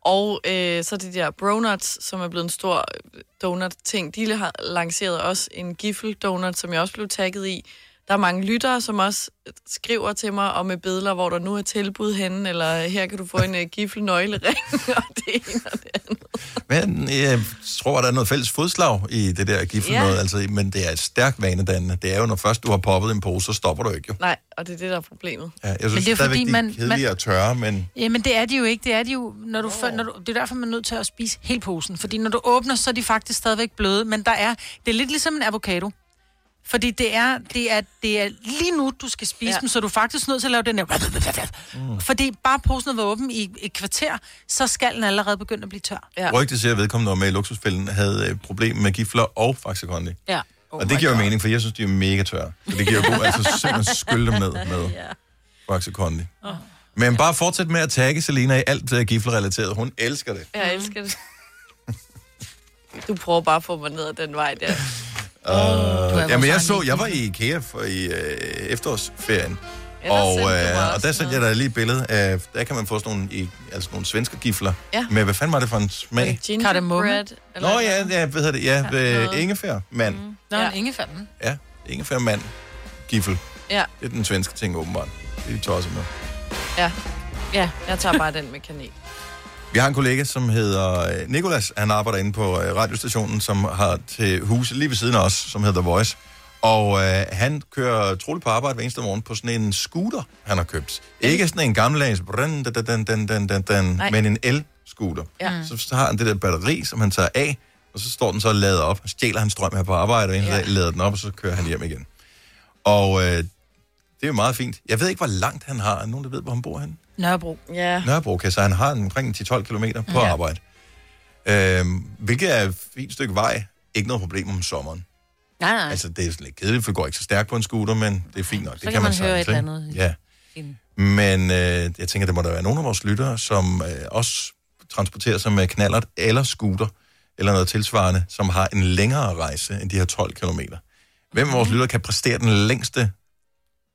Speaker 3: Og øh, så de der Bronuts, som er blevet en stor øh, donut-ting, de har lanceret også en Giffel-donut, som jeg også blev tagget i. Der er mange lyttere, som også øh, skriver til mig og med billeder, hvor der nu er tilbud henne, eller her kan du få en uh, gifle-nøglering, og det ene og det andet.
Speaker 1: Men jeg tror, der er noget fælles fodslag i det der gifle
Speaker 3: Ja.
Speaker 1: noget, altså, men det er et stærkt vanedannende. Det er jo, når først du har poppet en pose, så stopper du ikke jo.
Speaker 3: Nej, og det er det, der er problemet.
Speaker 1: Ja, jeg
Speaker 4: Men
Speaker 1: synes men
Speaker 4: det er jo
Speaker 1: stadigvæk,
Speaker 4: fordi,
Speaker 1: de
Speaker 4: man-
Speaker 1: er
Speaker 4: man-
Speaker 1: kedelige og tørre, men
Speaker 4: Jamen, det er de jo ikke. Det er de jo, når du, oh. når du, det er derfor, man er nødt til at spise hele posen. Fordi når du åbner, så er de faktisk stadigvæk bløde. Men der er, det er lidt ligesom en avocado. Fordi det er, det er, det er lige nu, du skal spise ja.
Speaker 5: Ja.
Speaker 4: dem, så du er faktisk nødt til at lave den der... Mm. Fordi bare posen har været åben i et kvarter, så skal den allerede begynde at blive tør.
Speaker 3: Ja.
Speaker 1: rygtet siger, at vedkommende der var med i luksusfælden, havde øh, problemer med gifler og Faxe Kondi.
Speaker 3: Ja.
Speaker 1: Oh og det giver jo mening, for jeg synes, de er mega tørre. Så det giver jo god, altså simpelthen skylde dem ned med Faxe Kondi.
Speaker 3: Åh.
Speaker 1: Men bare fortsæt med at tagge Selena i alt øh, giflerrelateret. Hun elsker det.
Speaker 3: Jeg elsker det. Du prøver bare at få mig ned ad den vej der.
Speaker 1: Uh,
Speaker 3: vores
Speaker 1: jamen, jeg
Speaker 3: egen
Speaker 1: så,
Speaker 3: lille
Speaker 1: jeg var i IKEA for, i øh, efterårsferien,
Speaker 3: Ja, der
Speaker 1: og,
Speaker 3: sendte du mig
Speaker 1: øh, og
Speaker 3: også
Speaker 1: der sendte jeg dig lige et billede af, der kan man få sådan nogle, i, altså nogle svenske gifler.
Speaker 3: Ja.
Speaker 1: Med, hvad fanden var det for en smag?
Speaker 3: Gingerbread.
Speaker 1: Nå ja, ja, hvad hedder det? Ja, øh, ingefær, mand.
Speaker 4: Nå, ja. ingefærden.
Speaker 1: Ja,
Speaker 3: Mm.
Speaker 1: ingefær, mand, gifle.
Speaker 3: Ja,
Speaker 1: Det er den svenske ting, åbenbart. Det er de tosset med.
Speaker 3: ja. Ja, jeg tager bare den med kanel.
Speaker 1: Vi har en kollega, som hedder øh, Nikolas. Han arbejder inde på øh, radiostationen, som har til hus lige ved siden af os, som hedder The Voice. Og øh, han kører troligt på arbejde hver eneste morgen på sådan en scooter, han har købt. Ikke sådan en gammeldags, brrrn, da, da, dan, dan, dan, dan, dan,
Speaker 12: Nej.
Speaker 1: men en el-scooter.
Speaker 12: Ja.
Speaker 1: Så, så har han det der batteri, som han tager af, og så står den så og lader op. Så stjæler han strøm her på arbejde, og en dag lader den op, og så kører han hjem igen. Og øh, det er jo meget fint. Jeg ved ikke, hvor langt han har. Er der nogen, der ved, hvor han bor henne?
Speaker 4: Nørrebro.
Speaker 3: Ja.
Speaker 1: Nørrebro, kan så han har en- omkring 10-12 km på ja. arbejde. Øhm, hvilket er et fint stykke vej. Ikke noget problem om sommeren.
Speaker 5: Nej, nej.
Speaker 1: Altså, det er sådan lidt kedeligt, for det går ikke så stærkt på en scooter, men det er fint nok. det
Speaker 5: Så kan man høre
Speaker 1: sagtens,
Speaker 5: et
Speaker 1: ikke?
Speaker 5: eller andet.
Speaker 1: Ja. Men øh, jeg tænker, der må der være nogle af vores lyttere, som øh, også transporterer sig med knallert eller scooter, eller noget tilsvarende, som har en længere rejse end de her 12 km. Hvem af
Speaker 5: Mhm.
Speaker 1: vores lyttere kan præstere den længste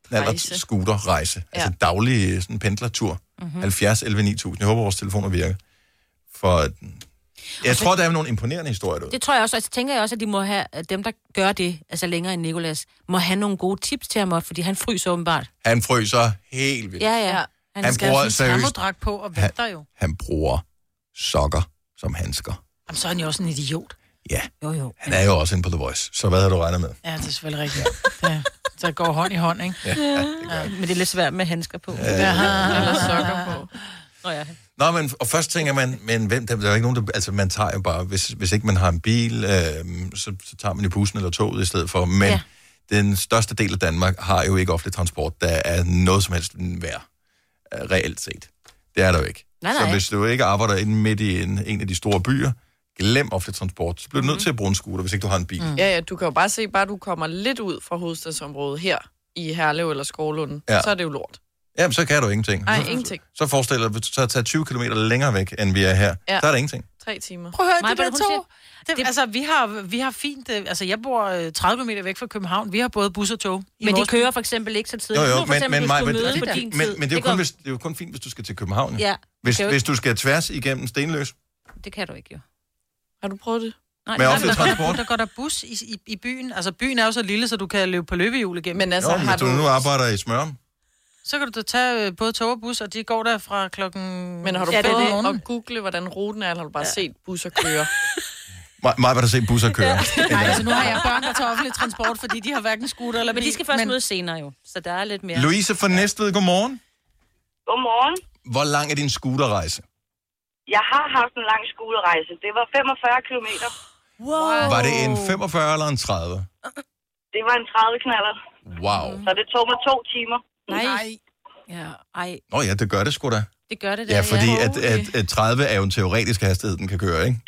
Speaker 1: knallert
Speaker 12: Rejse.
Speaker 1: scooter rejse
Speaker 12: Ja.
Speaker 1: Altså daglig øh, sådan pendlertur.
Speaker 12: Mhm.
Speaker 1: Mm-hmm. 70 11 9000. Jeg håber, vores telefoner virker. For øh, jeg tror, der er nogle imponerende historier derude.
Speaker 5: Det tror jeg også, og så tænker jeg også, at de må have, at dem, der gør det, altså længere end Nikolas, må have nogle gode tips til ham, også, fordi han fryser åbenbart.
Speaker 1: Han fryser helt vildt.
Speaker 5: Ja, ja.
Speaker 1: Han bruger seriøst-
Speaker 4: termodragt på og venter jo.
Speaker 1: Han bruger sokker som handsker.
Speaker 4: Jamen, så er han jo også en idiot.
Speaker 1: Ja.
Speaker 5: Jo, jo.
Speaker 1: Han er jo også inde på The Voice, så hvad havde du regnet med?
Speaker 4: Ja, det er selvfølgelig rigtigt. Ja. Så går hånd i hånd, ikke?
Speaker 1: Ja, ja, det
Speaker 4: gør
Speaker 5: Men det er lidt svært med handsker på.
Speaker 1: Ja. Eller
Speaker 4: sokker på.
Speaker 5: Nå ja.
Speaker 1: Nå, men og først tænker man, men hvem, der, der er jo ikke nogen, der, altså man tager jo bare, hvis, hvis ikke man har en bil, øh, så, så tager man jo bussen eller toget i stedet for, men ja. den største del af Danmark har jo ikke offentlig transport, der er noget som helst værd, øh, reelt set. Det er der jo ikke.
Speaker 12: Nej,
Speaker 1: Så
Speaker 12: nej.
Speaker 1: hvis du ikke arbejder inde midt i en, en af de store byer, glem offentlig transport, så bliver du nødt til at bruge en scooter, hvis ikke du har en bil. Mm.
Speaker 3: Ja, ja, du kan jo bare se, bare du kommer lidt ud fra hovedstadsområdet her i Herlev eller Skovlunden,
Speaker 1: Ja. Mhm.
Speaker 3: ja. så er det jo lort.
Speaker 1: Jamen, så kan du ingenting.
Speaker 3: Nej,
Speaker 1: så,
Speaker 3: ingenting.
Speaker 1: så forestil dig, hvis du så tager 20 km længere væk, end vi er her, ja.
Speaker 4: Ja.
Speaker 1: der er der ingenting.
Speaker 3: Tre timer.
Speaker 4: Prøv at høre,
Speaker 3: Maja,
Speaker 4: de der
Speaker 3: hun
Speaker 4: to.
Speaker 3: siger-
Speaker 4: Det, det, altså, vi har, vi har fint... øh, Altså, jeg bor øh, 30 km væk fra København. Vi har både bus og tog. i
Speaker 5: Men de
Speaker 4: vores by.
Speaker 5: kører for eksempel ikke så tidligt.
Speaker 1: Jo,
Speaker 5: Nu
Speaker 1: jo,
Speaker 5: ligesom for
Speaker 1: men,
Speaker 5: eksempel,
Speaker 1: men,
Speaker 5: du
Speaker 1: Maja, men, altså,
Speaker 5: skulle møde
Speaker 1: men,
Speaker 5: på din
Speaker 1: men,
Speaker 5: tid.
Speaker 1: men det, er jo
Speaker 5: går-
Speaker 1: kun, hvis, det er jo kun fint, hvis du skal til København.
Speaker 5: Ja,
Speaker 1: Hvis,
Speaker 5: det kan jo
Speaker 1: hvis
Speaker 5: ikke-
Speaker 1: du skal tværs igennem Stenløs.
Speaker 5: Det kan du ikke, jo.
Speaker 3: Har du prøvet det?
Speaker 5: Nej,
Speaker 1: Med
Speaker 4: Nej,
Speaker 1: offentlig
Speaker 4: men der går-
Speaker 1: transport?
Speaker 4: Der går der bus i, i, i byen. Altså, byen er jo så lille, så du kan løbe på løbehjul igennem.
Speaker 3: Men
Speaker 1: Altså, jo, men hvis du nu arbejder i Smørum.
Speaker 4: Så kan du da tage øh, både tog og bus, og de går der fra klokken...
Speaker 3: Men har du ja, prøvet at google, hvordan ruten er, eller har du bare ja. set busser køre?
Speaker 1: Mig var der set busser køre.
Speaker 4: Nej, altså nu har jeg børn, der tager offentlig transport, fordi de har hverken scooter eller
Speaker 5: Men de skal først men... mødes senere jo, så der er lidt mere...
Speaker 1: Louise fra Næstved, godmorgen.
Speaker 13: Godmorgen.
Speaker 1: Hvor lang er din scooterrejse?
Speaker 13: Jeg har haft en lang skolerejse. Det var 45 km. Wow.
Speaker 1: Var det en 45 eller en 30?
Speaker 13: Det var en 30 knaller.
Speaker 1: Wow.
Speaker 5: Mm.
Speaker 13: Så det tog mig to timer.
Speaker 5: Nej. Ja, ej,
Speaker 1: Nå ja, det gør det sgu da.
Speaker 5: det gør det der.
Speaker 1: Ja, fordi at, at, at 30 er jo en teoretisk hastighed, den kan køre, ikke?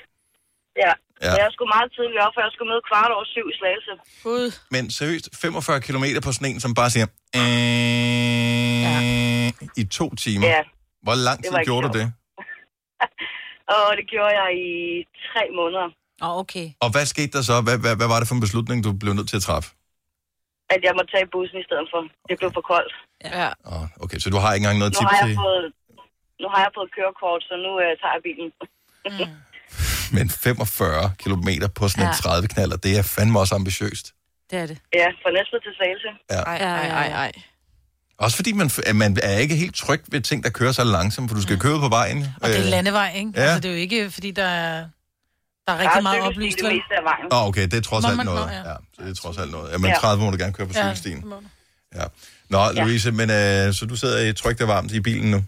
Speaker 13: Ja.
Speaker 1: Ja.
Speaker 13: ja. Jeg skulle meget tidligt op, for jeg skulle møde kvart over syv i Slagelse.
Speaker 3: Gud.
Speaker 1: Men seriøst, 45 km på sådan en, som bare siger... "Øh", I to timer.
Speaker 13: Ja.
Speaker 1: Hvor lang
Speaker 13: Det
Speaker 1: tid
Speaker 13: var ikke
Speaker 1: gjorde du det?
Speaker 13: Og det gjorde jeg i tre måneder.
Speaker 5: Åh, oh, okay.
Speaker 1: Og hvad skete der så? Hvad, hvad, hvad var det for en beslutning, du blev nødt til at træffe?
Speaker 13: At jeg måtte tage bussen i stedet for. Det blev for koldt.
Speaker 3: Ja.
Speaker 1: Okay, så du har ikke engang noget
Speaker 13: Nu
Speaker 1: tip
Speaker 13: har jeg
Speaker 1: til...
Speaker 13: fået, nu har jeg fået kørekort, så nu øh, tager jeg bilen.
Speaker 1: Men 45 km på sådan en
Speaker 13: Ja.
Speaker 1: 30 knaller, det er fandme også ambitiøst.
Speaker 5: Det er det.
Speaker 13: Ja, fra Næstved til Slagelse.
Speaker 1: Ja.
Speaker 3: Ej, ej, ej, ej.
Speaker 1: Også fordi man, at man er ikke helt tryg ved ting, der kører så langsomt, for du
Speaker 13: Mm.
Speaker 1: skal køre på vejen. øh.
Speaker 4: Og det er landevej, ikke?
Speaker 1: ja.
Speaker 4: Ja. Altså, det er jo ikke, fordi der er, der er rigtig
Speaker 13: Der er
Speaker 4: meget
Speaker 13: cykelsti
Speaker 4: oplyst.
Speaker 13: det
Speaker 4: vel?
Speaker 13: meste af vejen.
Speaker 1: Åh, oh, okay, det er trods
Speaker 4: Må
Speaker 1: alt
Speaker 4: man-
Speaker 1: noget.
Speaker 4: nå, ja.
Speaker 1: Ja. det er trods alt noget. Jamen,
Speaker 4: Ja.
Speaker 1: 30 må du gerne køre på cykelstien.
Speaker 4: det må du.
Speaker 1: Nå,
Speaker 13: Ja.
Speaker 1: Louise, men øh, så du sidder i trygt og varmt i bilen nu. Øh,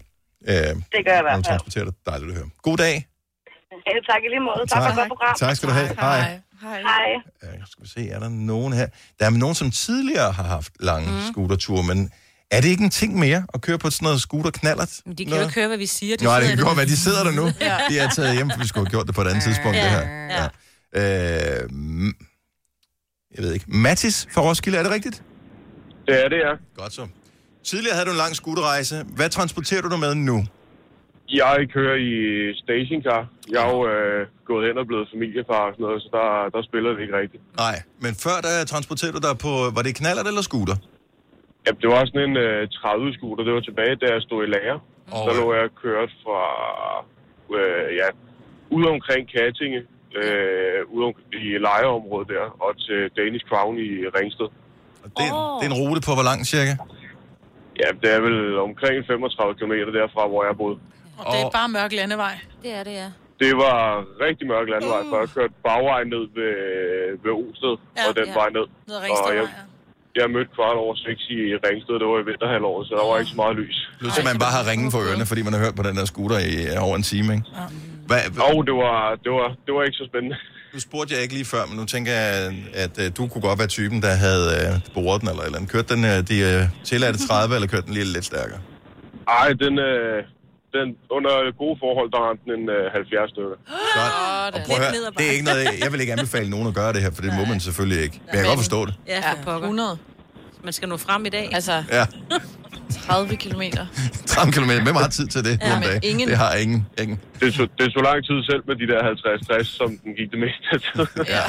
Speaker 13: Det gør jeg i
Speaker 1: når du
Speaker 13: hvert fald.
Speaker 1: transporterer dig. Dejligt at høre. God dag.
Speaker 13: Ja, tak i lige måde. Tak, for et godt program.
Speaker 1: Tak skal du have. Hej. Hej.
Speaker 13: Hej. Hej.
Speaker 1: Skal vi se, er der nogen her? Der er nogen, som tidligere har haft lange
Speaker 13: Mhm.
Speaker 1: mm. scooterture, men er det ikke en ting mere at køre på sådan noget scooter-knallert?
Speaker 5: De kan jo ikke høre, hvad vi siger. De
Speaker 1: Nej, det
Speaker 5: sidder
Speaker 1: kan
Speaker 5: der.
Speaker 1: godt være, de sidder der nu. De er taget hjem, for vi skulle have gjort det på et andet tidspunkt, det her. Ja. Øh, m- jeg ved ikke. Mattis fra Roskilde, er det rigtigt?
Speaker 12: Det er det, ja.
Speaker 1: Godt så. Tidligere havde du en lang scooterrejse. Hvad transporterer du dig med nu?
Speaker 12: Jeg kører i stationcar. Jeg er jo øh, gået hen og blevet familiefar og sådan noget, så der, der spiller det ikke rigtigt.
Speaker 1: Nej, men før der transporterede du dig på, var det knallert eller scooter?
Speaker 12: Ja, det var sådan en øh, 30-scooter. Det var tilbage, da jeg stod i lager. Oh, der lå jeg kørt fra, øh, ja, ud omkring Kattinge, øh, ude om, i lejeområdet der, og til Danish Crown i Ringsted.
Speaker 1: Og det, oh. det er en rute på hvor langt cirka?
Speaker 12: Ja, det er vel omkring 35 km derfra, hvor jeg boede.
Speaker 4: Og det er bare mørk landevej.
Speaker 5: Det er det, ja.
Speaker 12: Det var rigtig mørk landvej, for jeg kørte bagvej ned ved, ved Osted, ja, og den ja. vej ned.
Speaker 4: Ned ad Ringsted
Speaker 12: og jeg, jeg mødte kvart over seks i Ringsted, det var i vinterhalvåret, så der var ikke så meget lys.
Speaker 1: Plus at man bare har ringen for ørerne, fordi man har hørt på den der scooter i øh, over en time, ikke? Hvad,
Speaker 12: Og det var, det, var, det var ikke så spændende.
Speaker 1: Nu spurgte jeg ikke lige før, men nu tænker jeg, at øh, du kunne godt være typen, der havde øh, boret den eller et eller andet. Kørt den øh, de øh, tilladte 30, eller kørt den lige lidt stærkere?
Speaker 12: Ej, den, øh, den, under gode forhold, der ramte den en øh, 70 stykker.
Speaker 1: Og prøv at høre, det er ikke noget, jeg vil ikke anbefale nogen at gøre det her, for det må man selvfølgelig ikke. Men jeg kan godt forstå det.
Speaker 5: Ja, for pokker. 100. Man skal nå frem i dag.
Speaker 3: Altså,
Speaker 1: Ja,
Speaker 3: 30 kilometer.
Speaker 1: 30 km. Hvem har tid til det
Speaker 3: Ja,
Speaker 1: nu om
Speaker 3: men
Speaker 1: dagen?
Speaker 3: ingen.
Speaker 1: Det har ingen. ingen.
Speaker 12: Det tog, det tog lang tid selv med de der 50-60, som den gik det meste af tiden.
Speaker 1: Ja.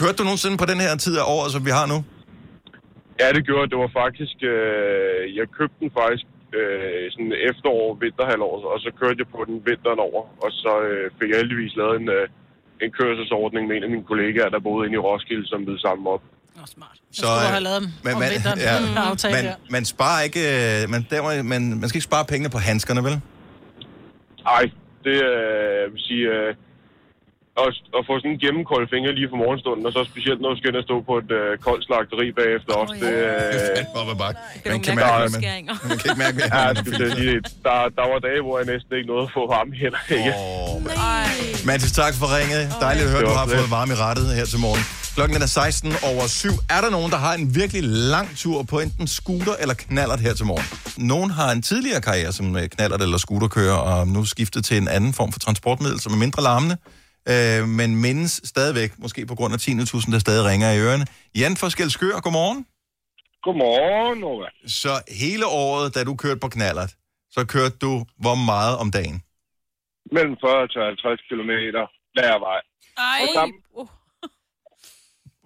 Speaker 1: Kørte du nogensinde på den her tid af året, som vi har nu?
Speaker 12: Ja, det gjorde jeg. det. var faktisk... Øh, jeg købte den faktisk øh, sådan efterår, vinterhalvåret, og så kørte jeg på den vinteren over. Og så øh, fik jeg heldigvis lavet en, øh, en kørselsordning med en af mine kollegaer, der boede inde i Roskilde, som blev sammen op.
Speaker 1: Så,
Speaker 4: skulle
Speaker 1: øh,
Speaker 4: have lavet dem om vinteren. Mm. Aftale
Speaker 1: man,
Speaker 4: der.
Speaker 1: man sparer ikke, øh, man, der, hvor- man, man skal ikke spare pengene på handskerne, vel?
Speaker 12: Ej, det øh, jeg vil sige... Øh, at, at få sådan en gennemkold finger lige for morgenstunden, og så specielt når du skal ind og stå på et øh, koldt slagteri bagefter også. Det, øh,
Speaker 1: Op ad bakke. Man
Speaker 12: kan
Speaker 1: kan mærke,
Speaker 12: mærke
Speaker 1: at man, man kan ikke mærke,
Speaker 12: ja, jeg skulle til at sige, der, der var dage, hvor jeg næsten ikke nåede at få varme heller ikke.
Speaker 1: Oh, Mathis, tak for ringet. Dejligt at høre,
Speaker 12: Det
Speaker 1: du
Speaker 12: var
Speaker 1: har
Speaker 12: slet.
Speaker 1: fået varme i rettet her til morgen. Klokken er 16 over 7. Er der nogen, der har en virkelig lang tur på enten scooter eller knallert her til morgen? Nogen har en tidligere karriere som øh, knallert eller scooterkører, og nu skiftet til en anden form for transportmiddel, som er mindre larmende, øh, men mindes stadigvæk, måske på grund af 10.000, der stadig ringer i ørerne. Jan fra Skelskør, godmorgen.
Speaker 12: Godmorgen, Nova.
Speaker 1: Så hele året, da du kørte på knallert, så kørte du hvor meget om dagen?
Speaker 12: Mellem 40 til 50 km hver vej.
Speaker 4: Ej.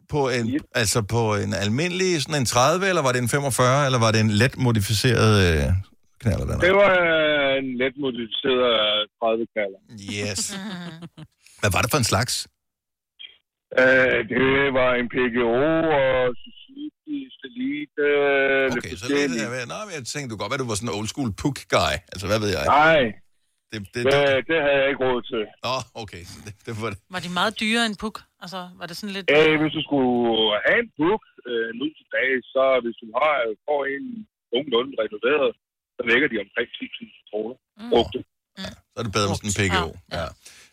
Speaker 1: på en, altså på en almindelig, sådan en 30, eller var det en 45, eller var det en let modificeret øh, knaller? Der?
Speaker 12: Det var øh, en let modificeret øh, 30 kalder.
Speaker 1: Yes. Hvad var det for en slags?
Speaker 12: Øh, det var en PGO og Suzuki, Selite, øh, lidt
Speaker 1: Okay, så lidt,
Speaker 12: forskellige.
Speaker 1: jeg, nej, men jeg tænkte, du godt, at du var sådan en old school puk guy. Altså, hvad ved jeg?
Speaker 12: Nej,
Speaker 1: Det,
Speaker 12: det,
Speaker 1: det,
Speaker 12: det,
Speaker 1: det,
Speaker 12: det havde jeg ikke råd til.
Speaker 1: Nå, okay. så Det, det var det.
Speaker 4: Var de meget dyrere end puk? Altså, var det sådan lidt...
Speaker 12: Øh, hvis du skulle have en book øh, nu til dag, så hvis du har, øh, får en nogenlunde renoveret, så vækker de omkring 10.000 kroner. Brugte.
Speaker 1: Så er det bedre med sådan en PGO. Ja.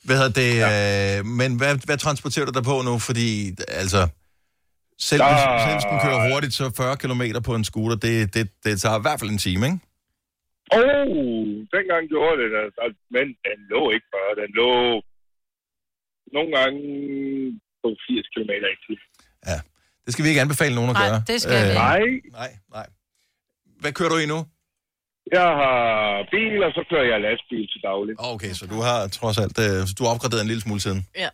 Speaker 1: Hvad hedder det? Øh, men hvad, hvad transporterer du dig på nu? Fordi, altså, selv, hvis,
Speaker 12: Der-
Speaker 1: selv hvis den kører hurtigt, så 40 km på en scooter, det, det, det tager i hvert fald en time, ikke?
Speaker 12: Åh, oh, dengang gjorde det, altså, men den lå ikke før. Den lå nogle gange på 80 km i timen.
Speaker 1: Det skal vi ikke anbefale nogen at
Speaker 12: Nej,
Speaker 1: gøre. Øh,
Speaker 12: det skal vi ikke. Nej.
Speaker 1: Nej, nej. Hvad kører du i nu?
Speaker 12: Jeg har bil, og så kører jeg lastbil til daglig.
Speaker 1: Okay, så du har trods alt, øh, du har opgraderet en lille smule siden.
Speaker 3: Ja.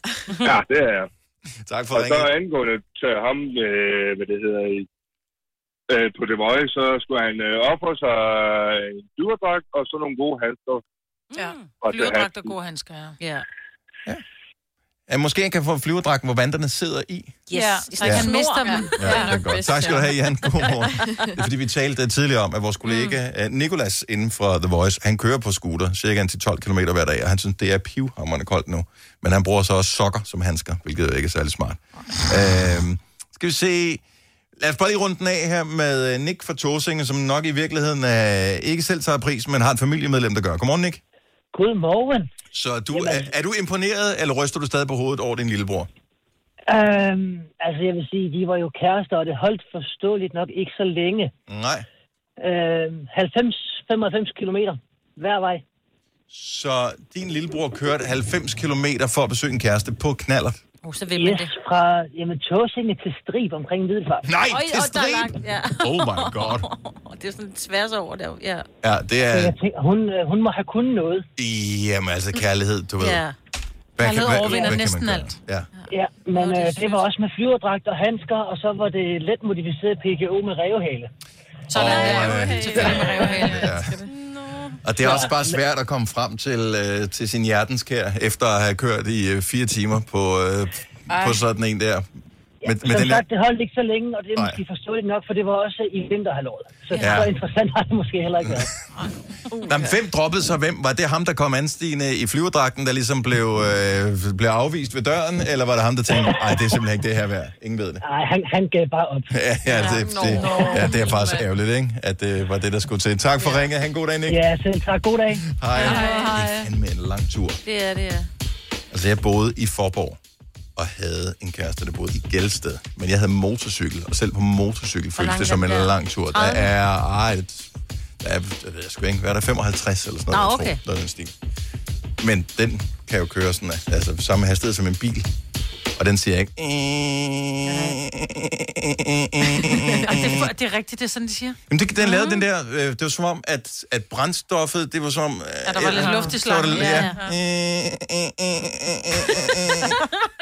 Speaker 12: Ja, det er jeg.
Speaker 1: Tak for
Speaker 12: og så
Speaker 1: ringet.
Speaker 12: angående til ham, øh, hvad det hedder, i- øh, på det vøje, så skulle han øh, ofre sig en dyredragt og så nogle gode handsker.
Speaker 4: Ja,
Speaker 12: Og det er-
Speaker 4: flyverdragt og gode handsker, ja.
Speaker 5: ja.
Speaker 1: at måske jeg kan få en flyverdragt, hvor vanderne sidder i.
Speaker 5: Yes, ja, så ja. han mister dem.
Speaker 1: Ja, det er godt. Tak skal du have, Jan. Godmorgen. Det er fordi, vi talte tidligere om, at vores kollega mm. Nikolas inden for The Voice, han kører på scooter cirka 10-12 km hver dag, og han synes, det er pivhammerende koldt nu. Men han bruger så også sokker som handsker, hvilket jo ikke er særlig smart. øhm, skal vi se... Lad os bare lige runde den af her med øh, Nick fra Torsinge, som nok i virkeligheden øh, ikke selv tager pris, men har et familiemedlem, der gør. Godmorgen, Nick.
Speaker 14: Godmorgen.
Speaker 1: Så du, er, er du imponeret, eller ryster du stadig på hovedet over din lillebror?
Speaker 14: Øhm, altså, jeg vil sige, de var jo kærester, og det holdt forståeligt nok ikke så længe.
Speaker 1: Nej.
Speaker 14: Øhm, 90-95 kilometer hver vej.
Speaker 1: Så din lillebror kørte 90 km for at besøge en kæreste på knallert.
Speaker 5: Uh, så vil man det.
Speaker 14: Fra jamen, Tåsinge til Strib omkring Middelfart.
Speaker 1: Nej,
Speaker 5: Øj,
Speaker 1: til
Speaker 5: og der er
Speaker 1: Strib!
Speaker 5: langt, Ja.
Speaker 1: Oh my god.
Speaker 5: det er sådan lidt tværs over der. Ja.
Speaker 1: Ja,
Speaker 14: Så
Speaker 1: det er...
Speaker 14: jeg tænker, hun, øh, hun må have kunnet noget.
Speaker 1: Jamen, altså kærlighed, du ved.
Speaker 5: ja.
Speaker 1: Hvad
Speaker 14: Kærlighed
Speaker 1: hvad-
Speaker 14: overvinder
Speaker 1: hvad kan man
Speaker 14: næsten
Speaker 1: gøre?
Speaker 14: alt.
Speaker 1: Ja.
Speaker 14: Ja, men øh, det var også med flyverdragt og handsker, og så var det let modificeret PGO med rævehale.
Speaker 1: Sådan og, er det. Ja. Og det er også bare svært at komme frem til, øh, til sin hjertenskær, efter at have kørt i øh, fire timer på, øh,
Speaker 14: Ej.
Speaker 1: på sådan en der. Men,
Speaker 14: Men
Speaker 1: men
Speaker 14: Som
Speaker 1: den
Speaker 14: den...
Speaker 1: er,
Speaker 14: sagt, det holdt ikke så længe, og det er
Speaker 1: Nej.
Speaker 14: måske forståeligt nok, for det var også i vinterhalvåret. Så,
Speaker 1: Ja.
Speaker 14: ja. så interessant har det måske heller ikke været.
Speaker 1: nej, men hvem droppede så hvem? Var det ham, der kom anstigende i flyverdragten, der ligesom blev, øh, blev afvist ved døren? Eller var det ham, der tænkte, nej, det er simpelthen ikke det her værd. Ingen ved det.
Speaker 14: Nej, han, han gav bare op.
Speaker 1: Ja, ja, det, det, ja, det er faktisk ærgerligt, ikke? At det var det, der skulle til. Tak for ringet. Ha' en god dag, Nick.
Speaker 14: Ja, selv tak. God dag.
Speaker 1: Hej.
Speaker 5: Hej.
Speaker 1: Det er fandme en lang tur.
Speaker 5: Det er det, ja.
Speaker 1: Altså, jeg boede i Forborg og havde en kæreste, der boede i Gældsted. Men jeg havde motorcykel, og selv på motorcykel føltes
Speaker 5: langt
Speaker 1: det som
Speaker 5: er
Speaker 1: en
Speaker 5: det der?
Speaker 1: lang tur. Der er, ej, det- der er, jeg ved jeg sgu ikke, hvad er der, 55 eller sådan
Speaker 5: Nå,
Speaker 1: noget, jeg
Speaker 5: okay.
Speaker 1: tror, noget i den stil. Men den kan jo køre sådan, altså samme hastighed som en bil. Og den siger ikke, "Eh."
Speaker 4: Og det, er for, det er rigtigt, det er sådan, de siger.
Speaker 1: Jamen, det, den lavede den der, øh, det var som om, at, at brændstoffet, det var som... om, Øh,
Speaker 4: Ja, der var lidt
Speaker 1: øh,
Speaker 4: luft i
Speaker 1: så var det-
Speaker 4: slangen.
Speaker 1: Ja. Øh.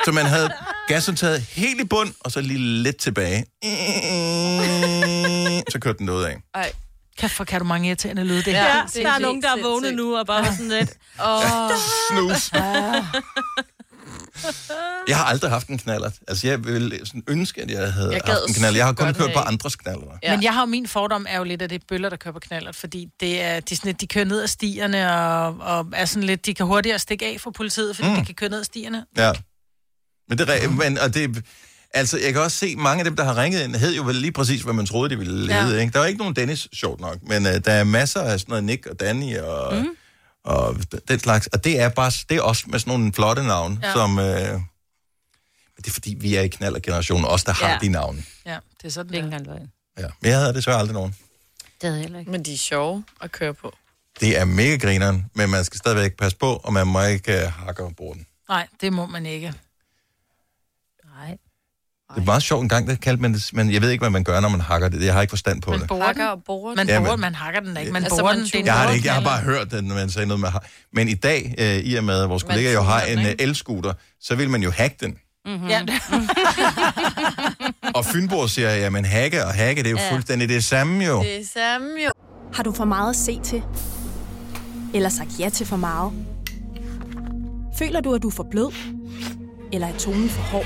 Speaker 1: Så man havde gasundtaget helt i bund, og så lige lidt tilbage. Eh, Så kørte den noget af.
Speaker 3: Ej.
Speaker 4: Kæft, hvor kan du mange irriterende lyde. Det
Speaker 5: Ja,
Speaker 4: her.
Speaker 5: der er nogen, der er vågnet nu og bare var sådan lidt... Åh,
Speaker 4: Ah.
Speaker 1: Snus. Jeg har aldrig haft en knallert. Altså, jeg ville sådan ønske, at jeg havde
Speaker 4: Jeg
Speaker 1: jeg
Speaker 4: gad
Speaker 1: haft en knallert. Jeg har
Speaker 4: sygt
Speaker 1: kun
Speaker 4: godt
Speaker 1: kørt på
Speaker 4: have.
Speaker 1: andres knallerter.
Speaker 4: Ja. Men jeg har jo min fordom er jo lidt, at det er bøller, der kører på knallert, fordi det er, de, er sådan lidt, de kører ned ad stierne og, og er sådan lidt, de kan hurtigere stikke af fra politiet, fordi
Speaker 1: Mm.
Speaker 4: mm. de kan køre ned ad stierne.
Speaker 1: Ja. Men det, er re- men, og det, altså, jeg kan også se, mange af dem, der har ringet ind, hed jo vel lige præcis, hvad man troede, de ville
Speaker 4: Ja.
Speaker 1: ja. hedde. Ikke? Der er ikke nogen Dennis, sjovt nok, men uh, der er masser af sådan noget Nick og Danny og,
Speaker 4: Mhm.
Speaker 1: mm. og d- den slags. Og det er, bare, det er også med sådan nogle flotte navne,
Speaker 4: Ja.
Speaker 1: ja. som... Uh, men det er fordi, vi er i knaldergenerationen, os der har
Speaker 4: Ja.
Speaker 1: ja. de navne.
Speaker 4: Ja, det er sådan, det er ikke engang
Speaker 1: Ja. Men jeg havde desværre aldrig nogen.
Speaker 5: Det havde jeg heller ikke.
Speaker 3: Men de er sjove at køre på.
Speaker 1: Det er mega grineren, men man skal stadigvæk passe på, og man må ikke uh, hakke og bruge den.
Speaker 4: Nej, det må man ikke.
Speaker 5: Nej.
Speaker 1: Det var meget sjovt en gang, der kaldte man det, men jeg ved ikke, hvad man gør, når man hakker det. Jeg har ikke forstand på det.
Speaker 4: Hakker og borer. Man,
Speaker 1: Ja,
Speaker 4: borer,
Speaker 1: men-
Speaker 4: man hakker den da ikke. Man
Speaker 3: Altså,
Speaker 4: altså, borer
Speaker 3: man
Speaker 4: den. Det er en
Speaker 1: Jeg har det
Speaker 4: borer-
Speaker 1: ikke. Jeg har bare hørt det, når man sagde noget med... ha- Men i dag, øh, i og med at vores
Speaker 4: Man
Speaker 1: kollega jo har
Speaker 4: tuner
Speaker 1: en
Speaker 4: den,
Speaker 1: øh,
Speaker 4: ikke?
Speaker 1: elskuter, så vil man jo hacke den.
Speaker 5: Mm-hmm.
Speaker 4: Ja.
Speaker 1: Og Fynborg siger, jamen hacke og hacke, det er jo
Speaker 15: Ja.
Speaker 1: fuldstændig det samme jo.
Speaker 15: er samme jo. Har du for meget at se til? Eller sagt ja til for meget? Føler du, at du er for blød? Eller er tonen for hård?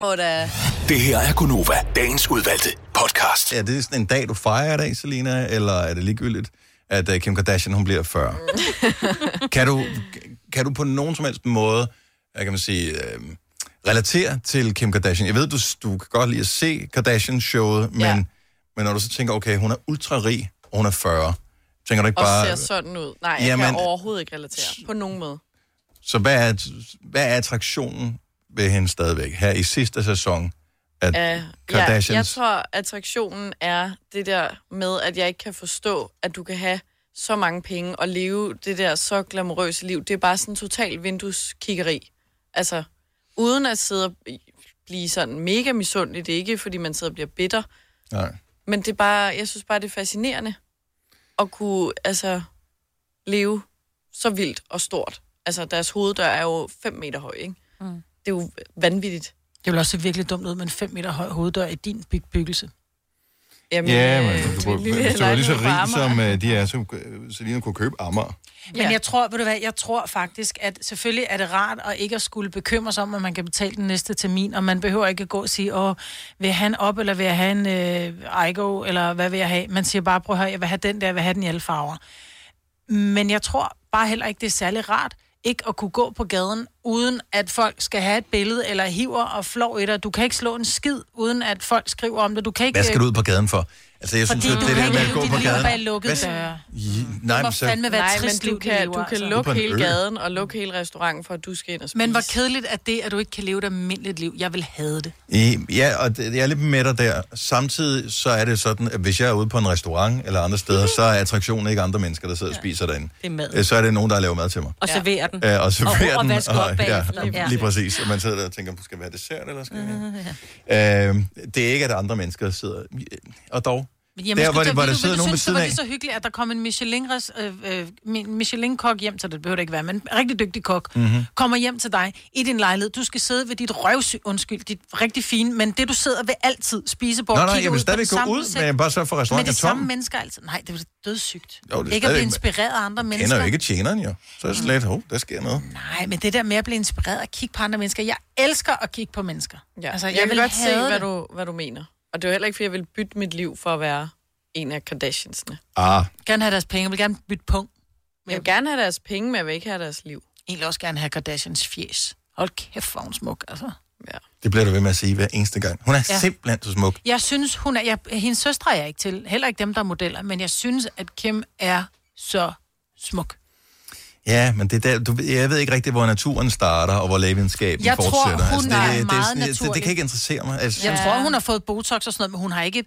Speaker 3: Og da...
Speaker 1: Det her er Gunova, dagens udvalgte podcast. Ja, det er sådan en dag, du fejrer i dag, Selina, eller er det ligegyldigt? at øh, Kim Kardashian, hun bliver 40. kan, du, kan du på nogen som helst måde, øh, kan man sige, øh, relatere til Kim Kardashian? Jeg ved, du, du kan godt lide at se Kardashian-showet, men, ja. men når du så tænker, okay, hun er ultra rig, og hun er 40, tænker du ikke
Speaker 3: Og
Speaker 1: bare...
Speaker 3: ser sådan ud. Nej, jeg
Speaker 1: Jamen-
Speaker 3: kan overhovedet ikke relatere. På nogen måde.
Speaker 1: Så hvad er, hvad er attraktionen ved hende stadigvæk her i sidste sæson? At
Speaker 3: Ja,
Speaker 1: Kardashians...
Speaker 3: Ja, jeg tror, attraktionen er det der med, at jeg ikke kan forstå, at du kan have så mange penge og leve det der så glamorøse liv. Det er bare sådan total vindueskiggeri. Altså, uden at sidde og blive sådan mega misundelig, det er ikke, fordi man sidder og bliver bitter,
Speaker 1: Nej.
Speaker 3: men det er bare, jeg synes bare, det er fascinerende at kunne, altså, leve så vildt og stort. Altså, deres hoveddør er jo 5 meter høj, ikke?
Speaker 4: Mm.
Speaker 3: Mm. Det er jo vanvittigt.
Speaker 4: Det vil også se virkelig dumt ud med en 5 meter høj hoveddør i din byg- byggelse.
Speaker 3: Jamen,
Speaker 1: Ja,
Speaker 3: øh,
Speaker 1: men du,
Speaker 3: til en
Speaker 1: kunne,
Speaker 3: lille
Speaker 1: hvis du var lige så
Speaker 3: lejlighed på
Speaker 1: rig,
Speaker 3: Amager.
Speaker 1: som øh, de er, så, øh, så lige kunne købe Amager.
Speaker 4: Men jeg tror, ved du hvad, jeg tror faktisk, at selvfølgelig er det rart at ikke at skulle bekymre sig om, at man kan betale den næste termin, og man behøver ikke at gå og sige, åh, vil han op, eller vil jeg have en øh, Igo, eller hvad vil jeg have? Man siger bare, prøv at høre, jeg vil have den der, jeg vil have den i alle farver. Men jeg tror bare heller ikke, det er særlig rart, ikke at kunne gå på gaden, uden at folk skal have et billede, eller hiver og flår i dig. Du kan ikke slå en skid, uden at folk skriver om det. Du kan ikke... øh,
Speaker 1: Hvad skal du ud på gaden for? Altså, jeg synes,
Speaker 4: Fordi
Speaker 1: at
Speaker 4: du
Speaker 1: det
Speaker 4: kan
Speaker 1: der med
Speaker 4: ikke
Speaker 1: at gå
Speaker 4: leve
Speaker 1: på
Speaker 4: dit liv
Speaker 1: gaden...
Speaker 4: bag lukkede
Speaker 1: Hvad-
Speaker 4: døre.
Speaker 1: I- Nej,
Speaker 4: må
Speaker 1: men så...
Speaker 4: fandme være
Speaker 3: Nej, men
Speaker 4: trist
Speaker 3: du
Speaker 4: liv,
Speaker 3: kan,
Speaker 4: de lever,
Speaker 3: du kan
Speaker 4: altså.
Speaker 1: Ude på
Speaker 3: lukke
Speaker 1: en
Speaker 3: hele
Speaker 1: ø.
Speaker 3: gaden og lukke hele restauranten for, at du skal ind og spise.
Speaker 4: Men hvor kedeligt er det, at du ikke kan leve et almindeligt liv. Jeg vil have det.
Speaker 1: I, ja, og det, jeg er lidt med dig der. Samtidig så er det sådan, at hvis jeg er ude på en restaurant eller andre steder, så er attraktionen ikke andre mennesker, der sidder og spiser derinde.
Speaker 5: Det er mad.
Speaker 1: Øh, Så er det nogen, der laver mad til mig.
Speaker 5: Og serverer den.
Speaker 1: Øh, og serverer
Speaker 5: og, og
Speaker 1: den.
Speaker 5: vasker op
Speaker 1: ja,
Speaker 5: bagefter.
Speaker 1: lige, lige præcis. Og man sidder der og tænker, skal vi have dessert, eller skal vi have... Øh, det er ikke, at andre mennesker sidder... øh, Og dog,
Speaker 4: Jamen, skulle
Speaker 1: der, hvor, det,
Speaker 4: tage-
Speaker 1: hvor
Speaker 4: ville
Speaker 1: der
Speaker 4: du-
Speaker 1: sidder
Speaker 4: ville du
Speaker 1: nogen ved
Speaker 4: synes, det
Speaker 1: siden
Speaker 4: var
Speaker 1: af...
Speaker 4: lige så hyggeligt, at der kom en Michelin, øh, øh, Michelin-kok hjem til dig. Det behøver det ikke være, men en rigtig dygtig kok.
Speaker 1: Mhm.
Speaker 4: Kommer hjem til dig i din lejlighed. Du skal sidde ved dit røvsy, undskyld, dit rigtig fine, men det du sidder ved altid, spisebord,
Speaker 1: Nå, nej,
Speaker 4: kigger
Speaker 1: jeg vil
Speaker 4: ud på den
Speaker 1: stadigvæk gå
Speaker 4: samme
Speaker 1: ud,
Speaker 4: udsigt.
Speaker 1: men jeg vil bare sørge for, at
Speaker 4: Men
Speaker 1: restauranten
Speaker 4: de
Speaker 1: er tom.
Speaker 4: samme mennesker altid. Nej, det er dødssygt.
Speaker 1: Jo, det er
Speaker 4: ikke at blive
Speaker 1: stadigvæk-
Speaker 4: inspireret af andre
Speaker 1: Jeg
Speaker 4: mennesker. Mm.
Speaker 1: kender jo ikke tjeneren, jo. Så er det slet, hov, der sker noget.
Speaker 4: Nej, men det der med at blive inspireret og kigge på andre mennesker. Jeg elsker at kigge på mennesker.
Speaker 3: Ja. Altså, jeg, jeg vil
Speaker 4: ville
Speaker 3: godt se,
Speaker 4: hade
Speaker 3: hvad
Speaker 4: det.
Speaker 3: du, hvad du mener. Og det er jo heller ikke, fordi jeg vil bytte mit liv for at være en af Kardashiansene.
Speaker 1: Ah,
Speaker 4: gerne have deres penge. Jeg vil gerne bytte punkt.
Speaker 3: Men jeg vil gerne have deres penge, men jeg vil ikke have deres liv.
Speaker 4: Egentlig også gerne have Kardashians fjes. Hold kæft, hvor er hun smuk, altså.
Speaker 1: det bliver du ved med at sige hver eneste gang. Hun er
Speaker 4: Ja.
Speaker 1: ja. simpelthen så smuk.
Speaker 4: Jeg synes, hun er... Jeg, hendes søstre er jeg ikke til. Heller ikke dem, der er modeller. Men jeg synes, at Kim er så smuk.
Speaker 1: Ja, men det er der, du, ved- jeg ved ikke rigtig, hvor naturen starter, og hvor lægevidenskaben
Speaker 4: Jeg tror,
Speaker 1: fortsætter. Altså,
Speaker 4: hun
Speaker 1: det,
Speaker 4: er
Speaker 1: det, det,
Speaker 4: meget
Speaker 1: sådan- det, det, det
Speaker 4: naturlig.
Speaker 1: kan ikke interessere mig. Altså,
Speaker 4: Ja. Jeg tror, hun har fået Botox og sådan noget, men hun har ikke...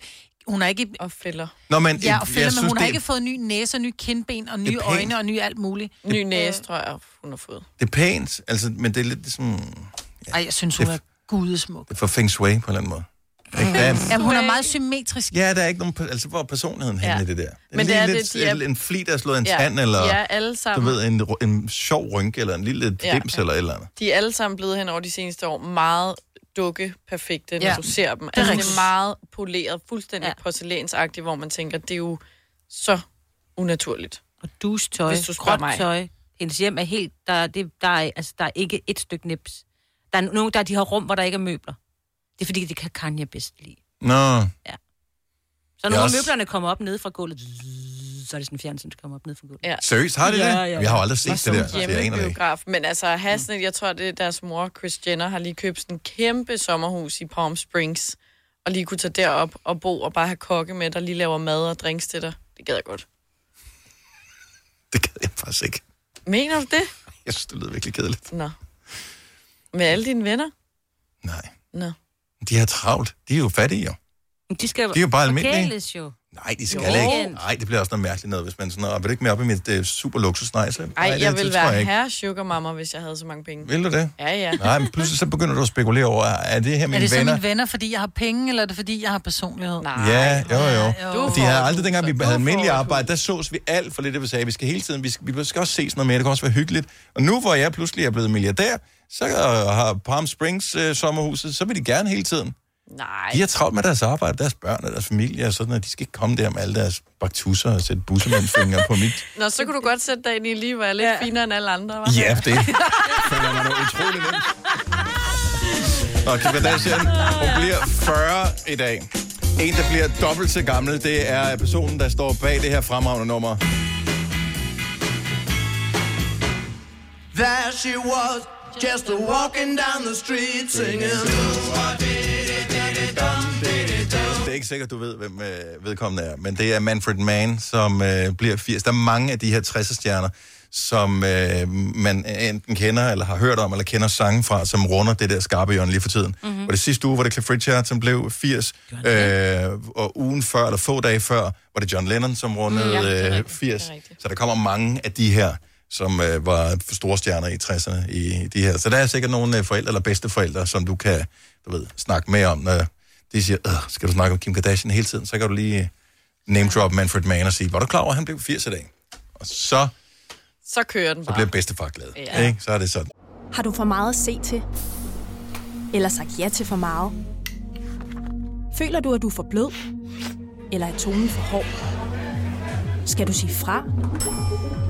Speaker 4: Hun har ikke...
Speaker 3: Og fælder.
Speaker 1: Nå, men
Speaker 4: ja, og
Speaker 1: jeg
Speaker 4: fælder, men
Speaker 1: synes,
Speaker 4: hun har
Speaker 1: det-
Speaker 4: ikke fået ny næse, og nye kindben, og
Speaker 1: Det er
Speaker 4: nye
Speaker 1: pænt.
Speaker 4: øjne, og nye alt muligt.
Speaker 3: Ny næse, tror jeg, hun har fået.
Speaker 1: Det er pænt, altså, men det er lidt ligesom...
Speaker 4: Ej, jeg synes, hun
Speaker 1: Det-
Speaker 4: er gudesmuk.
Speaker 1: Det er for feng shui på en eller anden måde. Ikke? Der er-
Speaker 4: Jamen, Mm. hun er meget symmetrisk.
Speaker 1: Ja, der er ikke nogen... pe- Altså, hvor er personligheden henne
Speaker 4: Ja.
Speaker 1: i det der? Det er
Speaker 4: Men det er
Speaker 1: lige
Speaker 4: det,
Speaker 1: lidt,
Speaker 4: de er-
Speaker 1: en- en fli, der er slået i en
Speaker 3: Ja.
Speaker 1: tand, eller
Speaker 3: Ja, alle sammen.
Speaker 1: du ved, en, ru- en sjov rynke, eller en lille
Speaker 3: Ja.
Speaker 1: dims, eller et eller andet.
Speaker 3: De er alle sammen blevet hen over de seneste år meget dukke perfekte, når
Speaker 4: Ja.
Speaker 3: du ser dem.
Speaker 4: Det er
Speaker 3: Altså, det
Speaker 4: rigtigt.
Speaker 3: er meget poleret, fuldstændig ja. porcelænsagtigt, hvor man tænker, det er jo så unaturligt.
Speaker 5: Og dustøj,
Speaker 3: Hvis du spørger
Speaker 5: gråt
Speaker 3: mig.
Speaker 5: tøj. Hendes hjem er helt... Der, er- det, der, er, altså, der er ikke et stykke nips. Der er nogen, der de har rum, hvor der ikke er møbler. Det er fordi, det kan Kanye bedst lide.
Speaker 1: Nå.
Speaker 5: Ja.
Speaker 1: Jeg
Speaker 5: Så når
Speaker 1: også-
Speaker 5: også... møblerne kommer op nede fra gulvet, zzz, så er det sådan en fjernsyn, der kommer op nede fra gulvet.
Speaker 3: Ja.
Speaker 1: Seriøst, har de
Speaker 5: ja,
Speaker 1: det?
Speaker 5: Ja, ja.
Speaker 1: Jeg har jo aldrig set
Speaker 5: Og
Speaker 1: det
Speaker 5: som
Speaker 1: der, så jeg aner det ikke.
Speaker 3: biograf. Men altså, at have sådan et, jeg tror, det er deres mor, Chris Jenner, har lige købt sådan et kæmpe sommerhus i Palm Springs, og lige kunne tage derop og bo og bare have kokke med, der lige laver mad og drinks til dig. Det gad jeg godt.
Speaker 1: Det er faktisk ikke.
Speaker 3: Mener du det?
Speaker 1: Jeg synes, det lyder virkelig kedeligt.
Speaker 3: Nå. Med alle dine venner?
Speaker 1: Nej.
Speaker 3: Nå.
Speaker 1: De har travlt. De er jo fattige, jo.
Speaker 5: De, skal
Speaker 1: De er jo bare almindelige.
Speaker 5: forkæles jo.
Speaker 1: Nej, de skal
Speaker 5: Jo.
Speaker 1: ikke. Nej, det bliver også noget mærkeligt noget, hvis man sådan, "Åh, vil du ikke med op i mit uh, super luksus? Nej, så,
Speaker 3: Ej,
Speaker 1: det-
Speaker 3: jeg
Speaker 1: det
Speaker 3: ville
Speaker 1: tror
Speaker 3: være
Speaker 1: jeg
Speaker 3: en
Speaker 1: ikke."
Speaker 3: herre sugar mama, hvis jeg havde så mange penge.
Speaker 1: Vil du det?
Speaker 3: Ja, ja.
Speaker 1: Nej, men pludselig så begynder du at spekulere over, er det her mine
Speaker 4: er det
Speaker 1: venner?
Speaker 4: så mine venner, fordi jeg har penge, eller er det fordi, jeg har personlighed?
Speaker 3: Nej.
Speaker 1: Ja, jo, jo.
Speaker 4: jo.
Speaker 1: De havde aldrig, dengang vi havde almindelig arbejde, der sås vi alt for lidt, at vi sagde, vi skal hele tiden, vi skal, vi skal også ses noget mere, det kan også være hyggeligt. Og nu, hvor jeg pludselig er blevet milliardær, så øh, har Palm Springs øh, sommerhuset, så vil de gerne hele tiden.
Speaker 3: Nej.
Speaker 1: De har travlt med deres arbejde, deres børn og deres familie og sådan, og de skal ikke komme der med alle deres baktusser og sætte bussemandfingre på mit.
Speaker 3: Nå, så kunne du godt sætte dig ind i lige, hvor jeg er lidt ja. finere end alle andre, var?
Speaker 1: Ja, det føler man er utrolig nemt. Og Kim Kardashian, hun bliver 40 i dag. En, der bliver dobbelt så gammel, det er personen, der står bag det her fremragende nummer.
Speaker 16: There she was, just a walking down the street singing.
Speaker 1: Det er ikke sikkert, du ved, hvem øh, vedkommende er, men det er Manfred Mann, som øh, bliver 80. Der er mange af de her 60'er-stjerner, som øh, man enten kender, eller har hørt om, eller kender sangen fra, som runder det der skarpe hjørne lige for tiden.
Speaker 17: Mhm.
Speaker 1: Mm-hmm. Og det sidste uge var det Cliff Richard, som blev 80, øh, og ugen før, eller få dage før, var det John Lennon, som rundede
Speaker 17: Mm, Ja, det er
Speaker 1: øh,
Speaker 17: rigtigt,
Speaker 1: 80. Så der kommer mange af de her, som øh, var store stjerner i 60'erne i de her. Så der er sikkert nogle øh, forældre eller bedsteforældre, som du kan du ved, snakke med om, når de siger, "Øh, skal du snakke om Kim Kardashian hele tiden, så kan du lige øh, name drop Manfred Mann og sige, var du klar over, at han blev 80 i dag? Og så,
Speaker 3: Så kører den
Speaker 1: så
Speaker 3: bare.
Speaker 1: bliver bedstefar glad.
Speaker 15: Ja.
Speaker 1: Ja. Ikke? Så er det sådan.
Speaker 15: Har du for meget at se til? Eller sagt ja til for meget? Føler du, at du er for blød? Eller er tonen for hård? Skal du sige fra?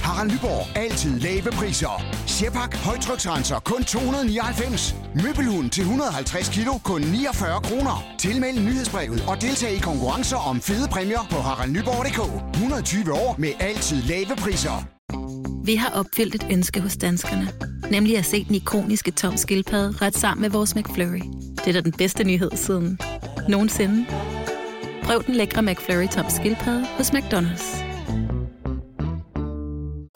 Speaker 9: Harald Nyborg. Altid lave priser. Sjehpak. Højtryksrenser. Kun 299. Møbelhund til 150 kilo. Kun 49 kroner. Tilmeld nyhedsbrevet og deltag i konkurrencer om fede præmier på haraldnyborg.dk. 120 år med altid lave priser.
Speaker 18: Vi har opfyldt et ønske hos danskerne. Nemlig at se den ikoniske tom skildpadde ret sammen med vores McFlurry. Det er da den bedste nyhed siden nogensinde. Prøv den lækre McFlurry tom skildpadde hos McDonald's.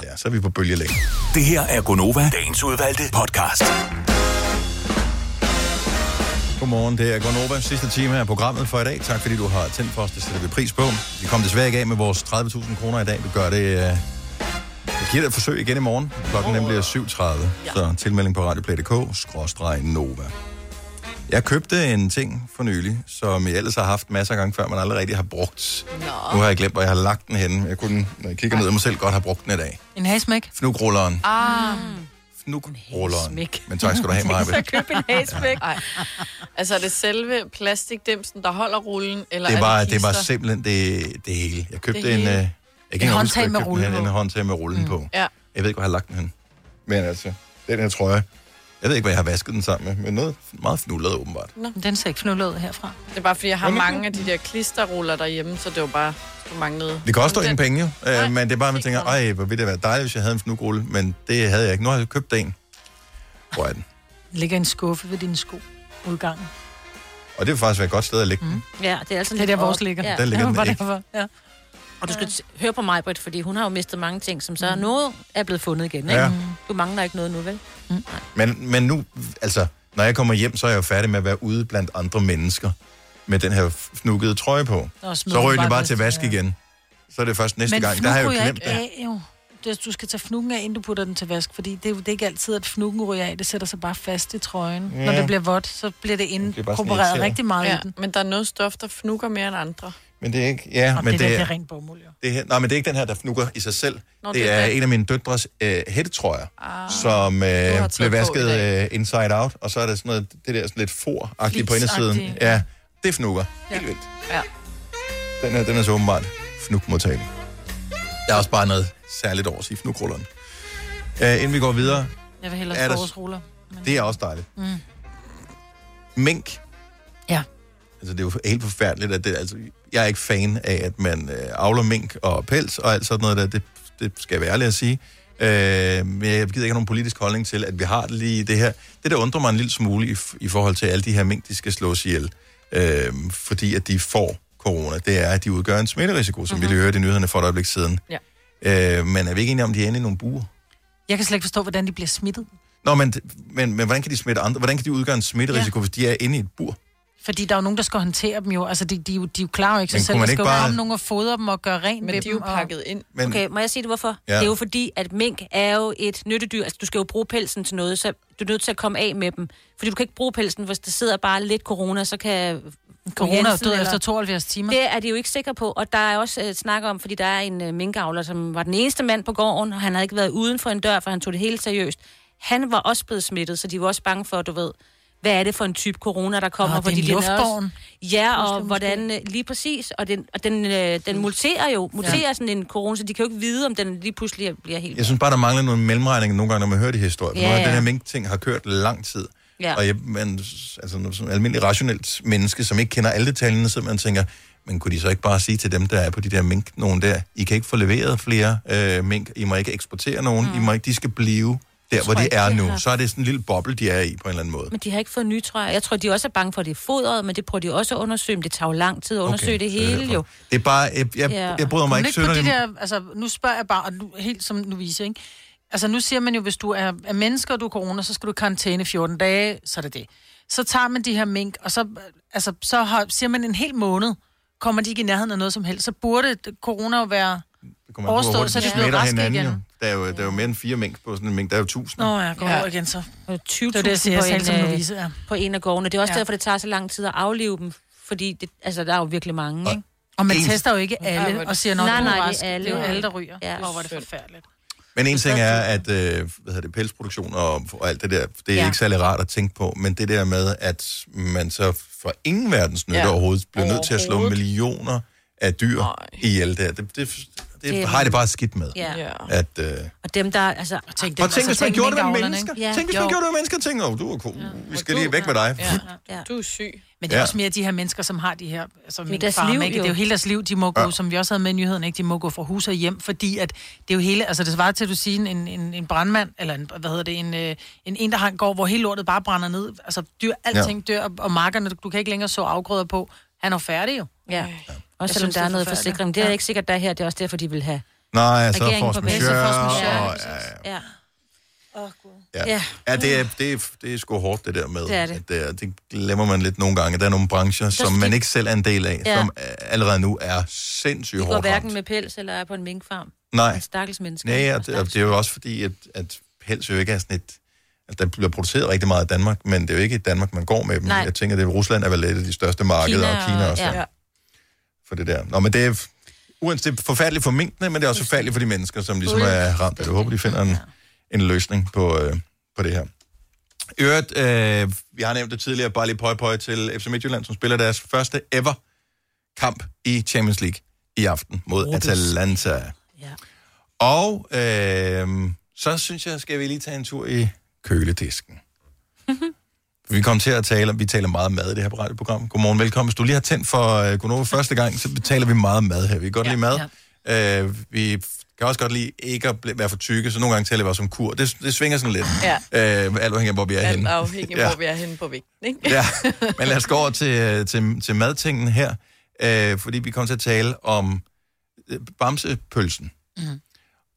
Speaker 1: Ja, så er vi på bølgelængde.
Speaker 6: Det her er Gonova, dagens udvalgte podcast.
Speaker 1: Godmorgen, det er Gonova, sidste time af programmet for i dag. Tak fordi du har tændt for os, det sætter vi pris på. Vi kom desværre ikke af med vores 30.000 kroner i dag. Vi gør det... Øh... Vi giver det et forsøg igen i morgen. Klokken nemlig er 7.30. Så tilmelding på radioplay.dk, skråstreg Nova. Jeg købte en ting for nylig, som jeg ellers har haft masser af gange før, man aldrig rigtig har brugt. Nå. Nu har jeg glemt, hvor jeg har lagt den henne. Jeg kunne, når jeg kigger ned i mig selv, godt have brugt den i dag.
Speaker 4: En hasmæk?
Speaker 1: Fnugrulleren.
Speaker 4: Ah.
Speaker 1: Fnugrulleren. Men tak skal du have, Maja.
Speaker 3: Så køb en hæsbæk. Altså, er det selve plastikdimsen, der holder rullen, eller
Speaker 1: det
Speaker 3: er
Speaker 1: var,
Speaker 3: det,
Speaker 1: det var
Speaker 3: kister?
Speaker 1: simpelthen det, det hele. Jeg købte
Speaker 3: Det hele.
Speaker 1: en... Øh, jeg
Speaker 3: En
Speaker 1: kan ikke
Speaker 3: håndtag
Speaker 1: håndtag
Speaker 3: med
Speaker 1: med
Speaker 3: rulle
Speaker 1: rullen En
Speaker 3: på.
Speaker 1: håndtag med rullen mm. på.
Speaker 3: Ja.
Speaker 1: Jeg ved ikke, hvor jeg har lagt den hen. Men altså, den her trøje. Jeg ved ikke, hvad jeg har vasket den sammen med, men noget meget fnullet åbenbart.
Speaker 3: Nå.
Speaker 4: Den ser ikke fnullet ud herfra.
Speaker 3: Det er bare, fordi jeg har
Speaker 4: Hvad med
Speaker 3: mange af de der klisterruller derhjemme, så det var bare, du manglede...
Speaker 1: Det koster ingen penge, jo. Øh, men det er bare, man tænker, ej, hvor ville det være dejligt, hvis jeg havde en fnugrulle, men det havde jeg ikke. Nu har jeg købt en. Hvor er den?
Speaker 4: Ligger i en skuffe ved din sko udgangen.
Speaker 1: Og det vil faktisk være et godt sted at lægge
Speaker 3: Mm.
Speaker 1: den.
Speaker 5: Ja, det er altså
Speaker 4: Det er
Speaker 5: lidt
Speaker 4: der, vores
Speaker 5: op.
Speaker 4: ligger.
Speaker 5: Ja.
Speaker 1: Der ligger
Speaker 5: Ja,
Speaker 1: den
Speaker 5: bare
Speaker 1: ikke.
Speaker 5: derfor.
Speaker 4: Ja.
Speaker 5: Og du skal t- høre på mig, Britt, fordi hun har jo mistet mange ting, som så mm. noget er blevet fundet igen. Ikke?
Speaker 1: Ja.
Speaker 5: Ja. Du mangler ikke noget nu, vel?
Speaker 1: Men, men nu, altså, når jeg kommer hjem, så er jeg jo færdig med at være ude blandt andre mennesker med den her fnukkede trøje på.
Speaker 4: Og smid
Speaker 1: Så
Speaker 4: den
Speaker 1: ryger den
Speaker 4: bare
Speaker 1: bare
Speaker 4: væk,
Speaker 1: til vask igen. Så er det først næste
Speaker 4: Men
Speaker 1: gang.
Speaker 4: fnug
Speaker 1: Der har jeg jo
Speaker 4: ryger
Speaker 1: glemt
Speaker 4: ikke
Speaker 1: det.
Speaker 4: Af, jo. Det- Du skal tage fnukken af, inden du putter den til vask, fordi det, er jo- det er ikke altid, at fnukken ryger af. Det sætter sig bare fast i trøjen.
Speaker 3: Ja.
Speaker 4: Når det bliver vådt, så bliver det
Speaker 1: bliver bare sådan
Speaker 4: inkorporeret
Speaker 1: irriterende.
Speaker 4: rigtig meget ja. i
Speaker 3: Ja,
Speaker 4: den.
Speaker 3: men der er noget stof, der fnukker mere end andre.
Speaker 1: Men det er ikke... Ja,
Speaker 4: Og
Speaker 1: men
Speaker 4: det, der, det er
Speaker 1: det,
Speaker 4: rent bomuld, jo.
Speaker 1: det, her, nej, men det er ikke den her, der fnukker i sig selv.
Speaker 4: Nå,
Speaker 1: det
Speaker 4: det
Speaker 1: er
Speaker 4: er
Speaker 1: en af mine døtres øh, hættetrøjer, ah, som øh,
Speaker 4: taget
Speaker 1: blev
Speaker 4: på i
Speaker 1: vasket
Speaker 4: dag.
Speaker 1: øh, inside out, og så er der sådan noget, det der sådan lidt for-agtigt på
Speaker 4: Flisagtigt.
Speaker 1: indersiden. Ja, det fnukker.
Speaker 4: Ja. ja.
Speaker 1: Den her, den er så åbenbart fnugmodtagelig. Der er også bare noget særligt over at sige fnugrulleren. Øh, inden vi går videre,
Speaker 4: Jeg vil
Speaker 1: Er
Speaker 4: hellere
Speaker 1: der-
Speaker 4: forårsruller.
Speaker 1: det er også dejligt.
Speaker 4: Mm.
Speaker 1: Mink.
Speaker 4: Ja.
Speaker 1: Altså, det er jo helt forfærdeligt, at det, altså, jeg er ikke fan af, at man øh, avler mink og pels og alt sådan noget der. Det, det skal jeg være ærlig at sige. Øh, men jeg gider ikke have nogen politisk holdning til, at vi har det lige i det her. Det, der undrer mig en lille smule i, f- i forhold til alle de her mink, de skal slås ihjel, øh, fordi at de får corona, det er, at de udgør en smitterisiko, som mm-hmm. vi lige hørte i nyhederne for et øjeblik siden.
Speaker 4: Mhm. Ja.
Speaker 1: Øh, men er vi ikke enige om, at de er inde i nogle buer?
Speaker 4: Jeg kan slet ikke forstå, hvordan de bliver smittet.
Speaker 1: Nå, men, men, men hvordan kan de smitte andre? Hvordan kan de udgøre en smitterisiko, ja. hvis de er inde i et bur?
Speaker 4: Fordi der er jo nogen, der skal håndtere dem jo. Altså, de, de, er jo- de er jo klarer jo ikke sig
Speaker 1: Men
Speaker 4: selv.
Speaker 1: kunne man
Speaker 4: Der skal
Speaker 1: ikke
Speaker 4: jo
Speaker 1: bare-
Speaker 4: bare... nogen og fodre dem og gøre rent
Speaker 3: Men
Speaker 4: ved
Speaker 3: de er jo
Speaker 4: dem, og-
Speaker 3: pakket ind.
Speaker 1: Men-
Speaker 5: Okay, må jeg sige det, hvorfor?
Speaker 1: Ja.
Speaker 5: Ja. Det er jo fordi, at mink er jo et nyttedyr. Altså, du skal jo bruge pelsen til noget, så du er nødt til at komme af med dem. Fordi du kan ikke bruge pelsen, hvis der sidder bare lidt corona, så kan...
Speaker 4: Corona er jo
Speaker 5: Jensen
Speaker 4: død efter 72 timer.
Speaker 5: Det er de jo ikke sikre på, og der er også uh, snak om, fordi der er en uh, minkavler, som var den eneste mand på gården, og han havde ikke været uden for en dør, for han tog det helt seriøst. Han var også blevet smittet, så de var også bange for, du ved, hvad er det for en type corona, der kommer?
Speaker 4: Nå, Ah, det er
Speaker 5: fordi
Speaker 4: en
Speaker 5: den også-
Speaker 4: luftbåren.
Speaker 5: Ja, og hvordan, øh, lige præcis, og den, og den, øh, den muterer jo, muterer ja. sådan en corona, så de kan jo ikke vide, om den lige pludselig bliver helt...
Speaker 1: Jeg synes bare, der mangler nogle mellemregninger nogle gange, når man hører de historier.
Speaker 5: Ja,
Speaker 1: Yeah.
Speaker 5: ja.
Speaker 1: Den her mink-ting har kørt lang tid.
Speaker 5: Ja.
Speaker 1: Og jeg, man, altså, når- som almindelig rationelt menneske, som ikke kender alle detaljerne, så man tænker, men kunne de så ikke bare sige til dem, der er på de der mink, nogen der, I kan ikke få leveret flere øh, mink, I må ikke eksportere nogen, mm. I må ikke, de skal blive der,
Speaker 5: tror
Speaker 1: hvor de
Speaker 5: ikke,
Speaker 1: er
Speaker 5: de
Speaker 1: nu.
Speaker 5: har-
Speaker 1: Så er det sådan en lille boble, de er i på en eller anden måde.
Speaker 5: Men de har ikke fået nye trøjer. Jeg tror, de også er bange for, at det er fodret, men det prøver de også at undersøge, men det tager jo lang tid at undersøge okay, det
Speaker 1: så er
Speaker 5: hele
Speaker 1: derfor.
Speaker 5: jo.
Speaker 1: Øh, Det er bare, jeg, jeg, jeg, jeg bryder mig
Speaker 4: Kom
Speaker 1: ikke
Speaker 4: på de
Speaker 1: synderligt.
Speaker 4: der, altså, nu spørger jeg bare, og nu, helt som nu viser, ikke? Altså, nu siger man jo, hvis du er, er menneske, og du er corona, så skal du i karantæne 14 dage, så er det det. Så tager man de her mink, og så, øh, altså, så har, siger man en hel måned, kommer de ikke i nærheden af noget som helst, så burde det- corona jo være...
Speaker 1: Det kommer an på, hvor
Speaker 4: overstået,
Speaker 1: hurtigt
Speaker 4: så de
Speaker 1: de
Speaker 4: bliver
Speaker 1: smitter
Speaker 4: raske
Speaker 1: hinanden
Speaker 4: igen.
Speaker 1: jo. Der er jo. Der er jo mere end fire mink på sådan en mink, der er jo tusind.
Speaker 4: Nå ja, går ja. over igen så.
Speaker 5: 20
Speaker 4: Det er det, jeg siger, jeg talte som
Speaker 5: på, en,
Speaker 4: Louise, ja.
Speaker 5: øh, på en af gårdene. Det er også
Speaker 4: Ja.
Speaker 5: ja. derfor, det tager så lang tid at aflive dem, fordi det, altså, der er jo virkelig mange, ikke?
Speaker 4: Og man tester jo ikke alle og siger, når
Speaker 5: nej,
Speaker 4: du
Speaker 5: nej,
Speaker 4: er
Speaker 5: det
Speaker 4: rask.
Speaker 5: er alle.
Speaker 4: Det er jo alle, der ryger.
Speaker 5: Ja.
Speaker 4: Hvor var det forfærdeligt.
Speaker 1: Men en ting er, at øh, hvad hedder det, pelsproduktion og, og alt det der, det er ja.
Speaker 4: Ja.
Speaker 1: ikke særlig rart at tænke på, men det der med, at man så for ingen verdens nytte ja.
Speaker 4: Ja.
Speaker 1: overhovedet bliver nødt til at slå
Speaker 4: Overhovedet.
Speaker 1: millioner af dyr ihjel der, det, det, det, det
Speaker 5: Det-
Speaker 1: har jeg det bare skidt med.
Speaker 5: Ja. Ja.
Speaker 1: At, øh, og
Speaker 5: Og dem, der... Altså, og tænk,
Speaker 1: tænk, hvis man gjorde det med mennesker. Tænk, hvis man gjorde det med mennesker. Tænk, oh, du er cool. Vi skal lige væk med dig.
Speaker 5: Ja.
Speaker 3: Du er syg.
Speaker 4: Men det er
Speaker 1: Ja.
Speaker 4: ja. også mere de her mennesker, som har de her altså
Speaker 5: Det er
Speaker 4: min
Speaker 5: deres
Speaker 4: farm,
Speaker 5: liv,
Speaker 4: ikke?
Speaker 5: jo.
Speaker 4: Det er jo hele deres liv, de må gå,
Speaker 5: Ja.
Speaker 4: ja. som vi også havde med i nyheden, ikke? de må gå fra hus og hjem, fordi at det er jo hele, altså det svarer til, at du siger, en, en, en brandmand, eller en, hvad hedder det, en, øh, en, en der har en gård, hvor hele lortet bare brænder ned, altså dyr, alting dør, og, og markerne, du, du kan ikke længere så afgrøder på, han er jo færdig jo.
Speaker 5: Ja.
Speaker 4: Jeg
Speaker 5: Også selvom
Speaker 4: synes,
Speaker 5: der
Speaker 4: det
Speaker 5: er
Speaker 4: er
Speaker 5: noget
Speaker 4: forfærdeligt.
Speaker 5: forsikring. Det er
Speaker 4: Ja.
Speaker 5: ikke sikkert, der er her. Det er også derfor, de vil have
Speaker 1: Nej, så er
Speaker 5: regeringen
Speaker 1: force
Speaker 5: på banen. Så
Speaker 1: majeure,
Speaker 5: force majeure,
Speaker 1: og-
Speaker 5: præcis.
Speaker 1: ja,
Speaker 5: Ja.
Speaker 1: Ja, ja.
Speaker 5: Ja.
Speaker 1: ja det, er, det, er, det er sgu hårdt, det der med.
Speaker 5: Det er det.
Speaker 1: At det, er- det glemmer man lidt nogle gange. Der er nogle brancher, som man ikke selv er en del af, ja.
Speaker 5: Ja.
Speaker 1: som øh, allerede nu er sindssygt
Speaker 5: De går
Speaker 1: hårdt ramt.
Speaker 5: hverken med pels eller er på en minkfarm.
Speaker 1: Nej.
Speaker 5: En stakkels mennesker.
Speaker 1: Nej, og det, og det er jo også fordi, at, at pels jo ikke er sådan et... Altså, der bliver produceret rigtig meget i Danmark, men det er jo ikke i Danmark, man går med dem.
Speaker 5: Nej.
Speaker 1: Jeg tænker, at Rusland er vel et af de største markeder, Kina og Kina også ja.
Speaker 5: Ja.
Speaker 1: for det der. Nå, men det er, uanset, det er forfærdeligt for minkene, men det er også forfærdeligt for de mennesker, som ligesom er ramt. af det. Jeg håber, de finder en, en løsning på, øh, på det her. I øvrigt, øh, vi har nævnt det tidligere, bare lige pøj pøj til FC Midtjylland, som spiller deres første ever kamp i Champions League i aften mod
Speaker 6: Rubens.
Speaker 1: Atalanta. Ja. Og øh, så synes jeg, skal vi lige tage en tur i køledisken. Vi kommer til at tale om, vi taler meget om mad i det her radioprogram. Godmorgen, velkommen. Hvis du lige har tændt for uh, Gunova første gang, så taler vi meget om mad her. Vi kan godt ja, lide mad. Ja. Uh, vi kan også godt lide ikke at bl- være for tykke, så nogle gange taler vi også om kur. Det, det svinger sådan lidt.
Speaker 3: Ja.
Speaker 1: Uh, alt afhængig af, hvor vi er
Speaker 3: Alt
Speaker 1: henne.
Speaker 3: afhængig af, hvor vi er henne på vægten, ikke?
Speaker 1: Ja, men lad os gå over til, øh, til, til madtingen her, øh, fordi vi kommer til at tale om øh, bamsepølsen.
Speaker 4: Mhm.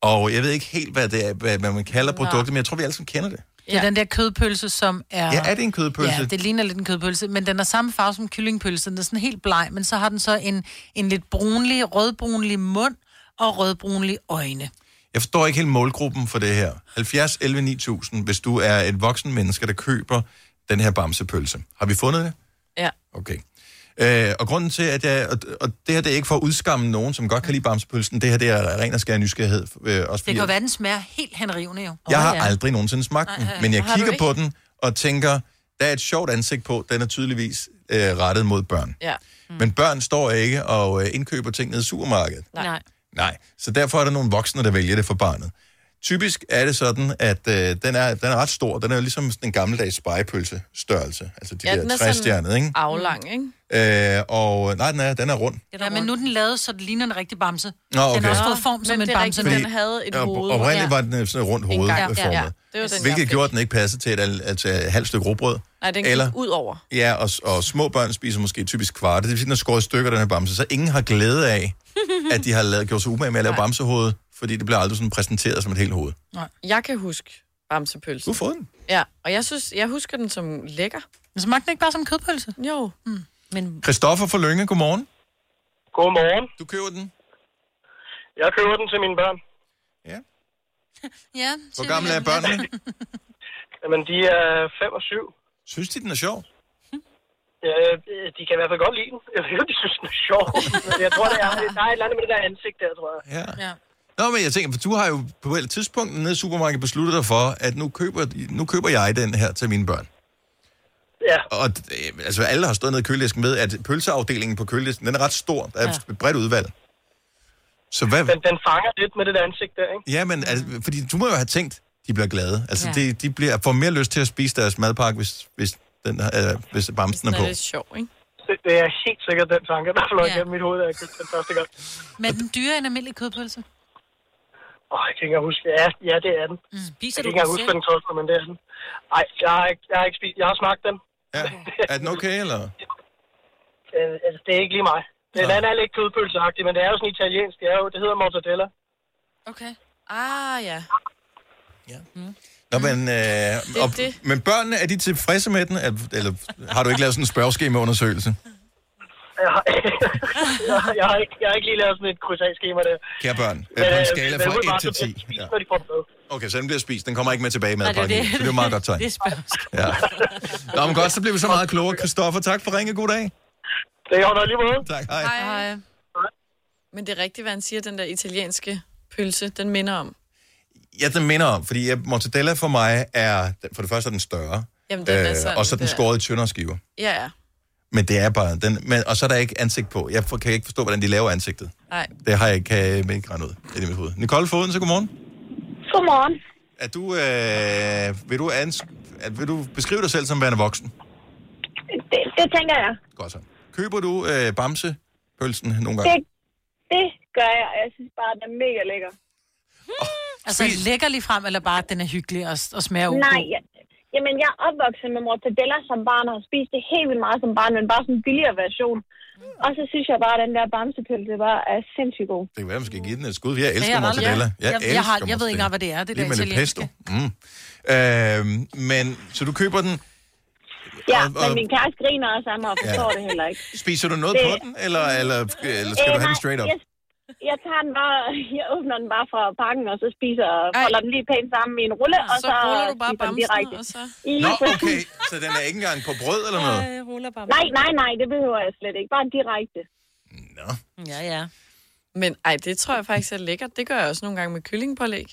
Speaker 1: Og jeg ved ikke helt, hvad, det er, hvad hvad man kalder
Speaker 4: Nej.
Speaker 1: produktet, men jeg tror, vi alle sammen kender det.
Speaker 4: Det er den der kødpølse, som er...
Speaker 1: Ja, er det en kødpølse?
Speaker 4: Ja, det ligner lidt en kødpølse, men den er samme farve som kyllingpølsen. Den er sådan helt bleg, men så har den så en, en lidt brunlig, rødbrunlig mund og rødbrunlig øjne.
Speaker 1: Jeg forstår ikke helt målgruppen for det her. 70 11 9000, hvis du er et voksen menneske, der køber den her bamsepølse. Har vi fundet det?
Speaker 3: Ja.
Speaker 1: Okay. Øh, og grunden til, at jeg... Og, og det her, det er ikke for at udskamme nogen, som godt kan lide bamsepølsen. Det her, det er ren og skær nysgerrighed. Øh, også
Speaker 4: Det
Speaker 1: fordi,
Speaker 4: kan jo være, den smager helt henrivende jo.
Speaker 1: jeg har aldrig nogensinde smagt den,
Speaker 4: Nej, øh,
Speaker 1: men jeg
Speaker 4: har du
Speaker 1: kigger
Speaker 4: ikke?
Speaker 1: på den og tænker, der er et sjovt ansigt på. Den er tydeligvis øh, rettet mod børn.
Speaker 3: Ja.
Speaker 1: Men børn står ikke og øh, indkøber ting nede i supermarkedet.
Speaker 3: Nej.
Speaker 1: Nej, så derfor er der nogle voksne, der vælger det for barnet. Typisk er det sådan, at øh, den, er, den er ret stor. Den er jo ligesom sådan en gammeldags spejepølse størrelse. Altså de ja,
Speaker 3: den
Speaker 1: der
Speaker 3: er sådan
Speaker 1: træstjernede,
Speaker 3: Aflang, ikke?
Speaker 1: ikke? Øh, og nej, den er, den er rund.
Speaker 4: Ja, men nu er den lavet, så det ligner en rigtig bamse.
Speaker 1: Nå, okay.
Speaker 4: Den har også fået form som en bamse.
Speaker 1: op- Oprindeligt var den øh, sådan et rundt hoved
Speaker 4: gang.
Speaker 1: ja,
Speaker 4: Ja,
Speaker 1: formet.
Speaker 4: ja,
Speaker 1: Ja,
Speaker 4: ja. Det var den, jeg
Speaker 1: hvilket
Speaker 4: fik.
Speaker 1: gjorde, at den ikke passede til et, al, altså, et halvt stykke råbrød.
Speaker 3: Nej, den
Speaker 1: Eller-
Speaker 3: gik ud over.
Speaker 1: Ja, og, og små børn spiser måske typisk kvarte. Det vil sige, den er skåret i stykker, den her bamse. Så ingen har glæde af, at de har lavet, gjort sig umage med at lave bamsehovedet, fordi det bliver aldrig sådan præsenteret som et helt hoved.
Speaker 3: Jeg kan huske bamsepølsen.
Speaker 1: Du har fået den.
Speaker 3: Ja, og jeg synes, jeg husker den som lækker.
Speaker 4: Men smagte den ikke bare som kødpølse?
Speaker 3: Jo. Mm.
Speaker 4: Men
Speaker 1: Christoffer fra Lønge, godmorgen.
Speaker 17: Godmorgen.
Speaker 1: Du køber den?
Speaker 17: Jeg køber den til mine børn.
Speaker 4: ja,
Speaker 1: Hvor gamle er børnene?
Speaker 17: Jamen, de er 5 og 7.
Speaker 1: Synes de, den er sjov?
Speaker 17: Ja, øh, de kan i hvert fald godt lide den. Jeg ved, de synes, den er sjov. jeg tror, det er, der er et eller andet med det der ansigt der, tror jeg.
Speaker 1: Ja. Nå, men jeg tænker, for du har jo på et tidspunkt nede i supermarkedet besluttet dig for, at nu køber, nu køber jeg den her til mine børn.
Speaker 17: Ja.
Speaker 1: Og øh, altså, alle har stået nede i køledisken med, at pølseafdelingen på køledisken, den er ret stor. Der er ja. et bredt udvalg. Så hvad...
Speaker 17: Den, den fanger lidt med det der ansigt der, ikke?
Speaker 1: Ja, men altså, fordi du må jo have tænkt, de bliver glade. Altså,
Speaker 17: Ja.
Speaker 1: ja. de, de bliver, får mere lyst til at spise deres madpakke, hvis, hvis, den, øh, hvis bamsen er på.
Speaker 3: sjov, ikke?
Speaker 17: Det, det er helt sikkert den tanke, der fløj igennem mit hoved, da jeg købte den første gang.
Speaker 4: Men den dyre end almindelig kødpølse?
Speaker 17: Åh, jeg kan ikke engang huske. Ja, ja det er den. Mm.
Speaker 4: Spiser
Speaker 17: jeg
Speaker 4: du
Speaker 17: kan ikke engang
Speaker 4: den
Speaker 17: huske,
Speaker 4: selv?
Speaker 17: hvad den koster, men det er den. Nej, jeg har ikke, jeg har ikke spist. Jeg har smagt den.
Speaker 1: Ja. Er den okay, eller?
Speaker 17: Øh, altså, det er ikke lige mig. Den anden er lidt kødpølseagtig, men det er jo sådan italiensk. Det, er jo, det hedder mortadella.
Speaker 3: Okay. Ah, ja.
Speaker 1: Nå, men, øh, og,
Speaker 3: det.
Speaker 1: men børnene, er de tilfredse med den? Er- Eller har du ikke lavet sådan en spørgeskemaundersøgelse?
Speaker 17: Jeg har, jeg, har- jeg, har ikke, jeg har ikke lige lavet sådan et krydsagskema der.
Speaker 1: Kære børn, øh,
Speaker 17: Men,
Speaker 1: på
Speaker 17: øh,
Speaker 1: en skala
Speaker 17: men
Speaker 1: fra
Speaker 17: umiddelbart,
Speaker 1: 1 til
Speaker 17: så bliver
Speaker 1: 10. Ja.
Speaker 17: Når de får den med.
Speaker 1: Okay, så den bliver spist. Den kommer ikke med tilbage med
Speaker 17: Nej, det er
Speaker 1: pakken.
Speaker 17: det.
Speaker 1: Så det er jo meget godt tegn.
Speaker 17: Det er
Speaker 1: ja. Nå, men godt, så bliver vi så meget klogere. Christoffer, tak for ringe. God dag.
Speaker 4: Mm.
Speaker 17: Det er lige måde.
Speaker 1: Tak, hej.
Speaker 3: Hej. Hej. Men det er rigtigt, hvad han siger, den der italienske pølse, den minder om.
Speaker 1: Ja, den minder om, fordi øh, mortadella for mig er, for det første er den større, øh,
Speaker 3: Jamen, den er sådan
Speaker 1: og så er den
Speaker 3: der.
Speaker 1: skåret i tyndere skiver.
Speaker 3: Ja, ja.
Speaker 1: Men det er bare, den, men, og så er der ikke ansigt på. Jeg for, kan ikke forstå, hvordan de laver ansigtet.
Speaker 3: Nej.
Speaker 1: Det har jeg kan jeg ikke regne ud ind i mit hoved. Nicole Foden, så godmorgen.
Speaker 19: Godmorgen.
Speaker 1: Er du, øh, vil, du ans, er- vil du beskrive dig selv som værende voksen?
Speaker 19: Det, det tænker jeg.
Speaker 1: Godt så. Køber du øh, bamsepølsen nogle gange?
Speaker 19: Det, det gør jeg, og jeg synes bare, at den er mega lækker.
Speaker 4: Altså, lækker lige frem, eller bare, at den er hyggelig og, og smager okay?
Speaker 19: Nej, jeg, jamen jeg er opvokset med mortadella som barn, og har spist det helt vildt meget som barn, men bare sådan en billigere version. Og så synes jeg bare, at den der bamsepølse bare er sindssygt god.
Speaker 1: Det kan være, man skal give den et skud. Jeg elsker
Speaker 4: Ja,
Speaker 1: ja,
Speaker 4: jeg har aldrig-
Speaker 1: mortadella. Jeg,
Speaker 4: Jeg- jeg
Speaker 1: elsker
Speaker 4: har- jeg ved
Speaker 1: mortadella.
Speaker 4: ikke engang, hvad det er, det
Speaker 1: Lige
Speaker 4: der
Speaker 1: med lidt pesto. Mm. Øhm, men, så du køber den.
Speaker 19: Ja,
Speaker 1: Og- og-
Speaker 19: men min kæreste griner også af mig og forstår
Speaker 1: Ja.
Speaker 19: det heller ikke.
Speaker 1: Spiser du noget
Speaker 19: Det-
Speaker 1: det... på den, eller, eller, eller skal
Speaker 19: Øh,
Speaker 1: øh, du have
Speaker 19: nej,
Speaker 1: den straight up?
Speaker 19: Jeg, jeg tager den bare, jeg åbner den bare fra pakken, og så spiser og folder den lige pænt sammen i en rulle, og så,
Speaker 3: Så ruller du bare
Speaker 19: spiser den
Speaker 3: bamsen,
Speaker 19: direkte.
Speaker 3: og så-
Speaker 19: Lige
Speaker 1: Nå,
Speaker 19: præcis.
Speaker 1: okay. Så den er ikke engang på brød eller noget?
Speaker 19: Nej, nej, nej, det behøver jeg slet ikke. Bare direkte.
Speaker 3: Ja, ja. Men ej, det tror jeg faktisk er lækkert. Det gør jeg også nogle gange med kyllingpålæg.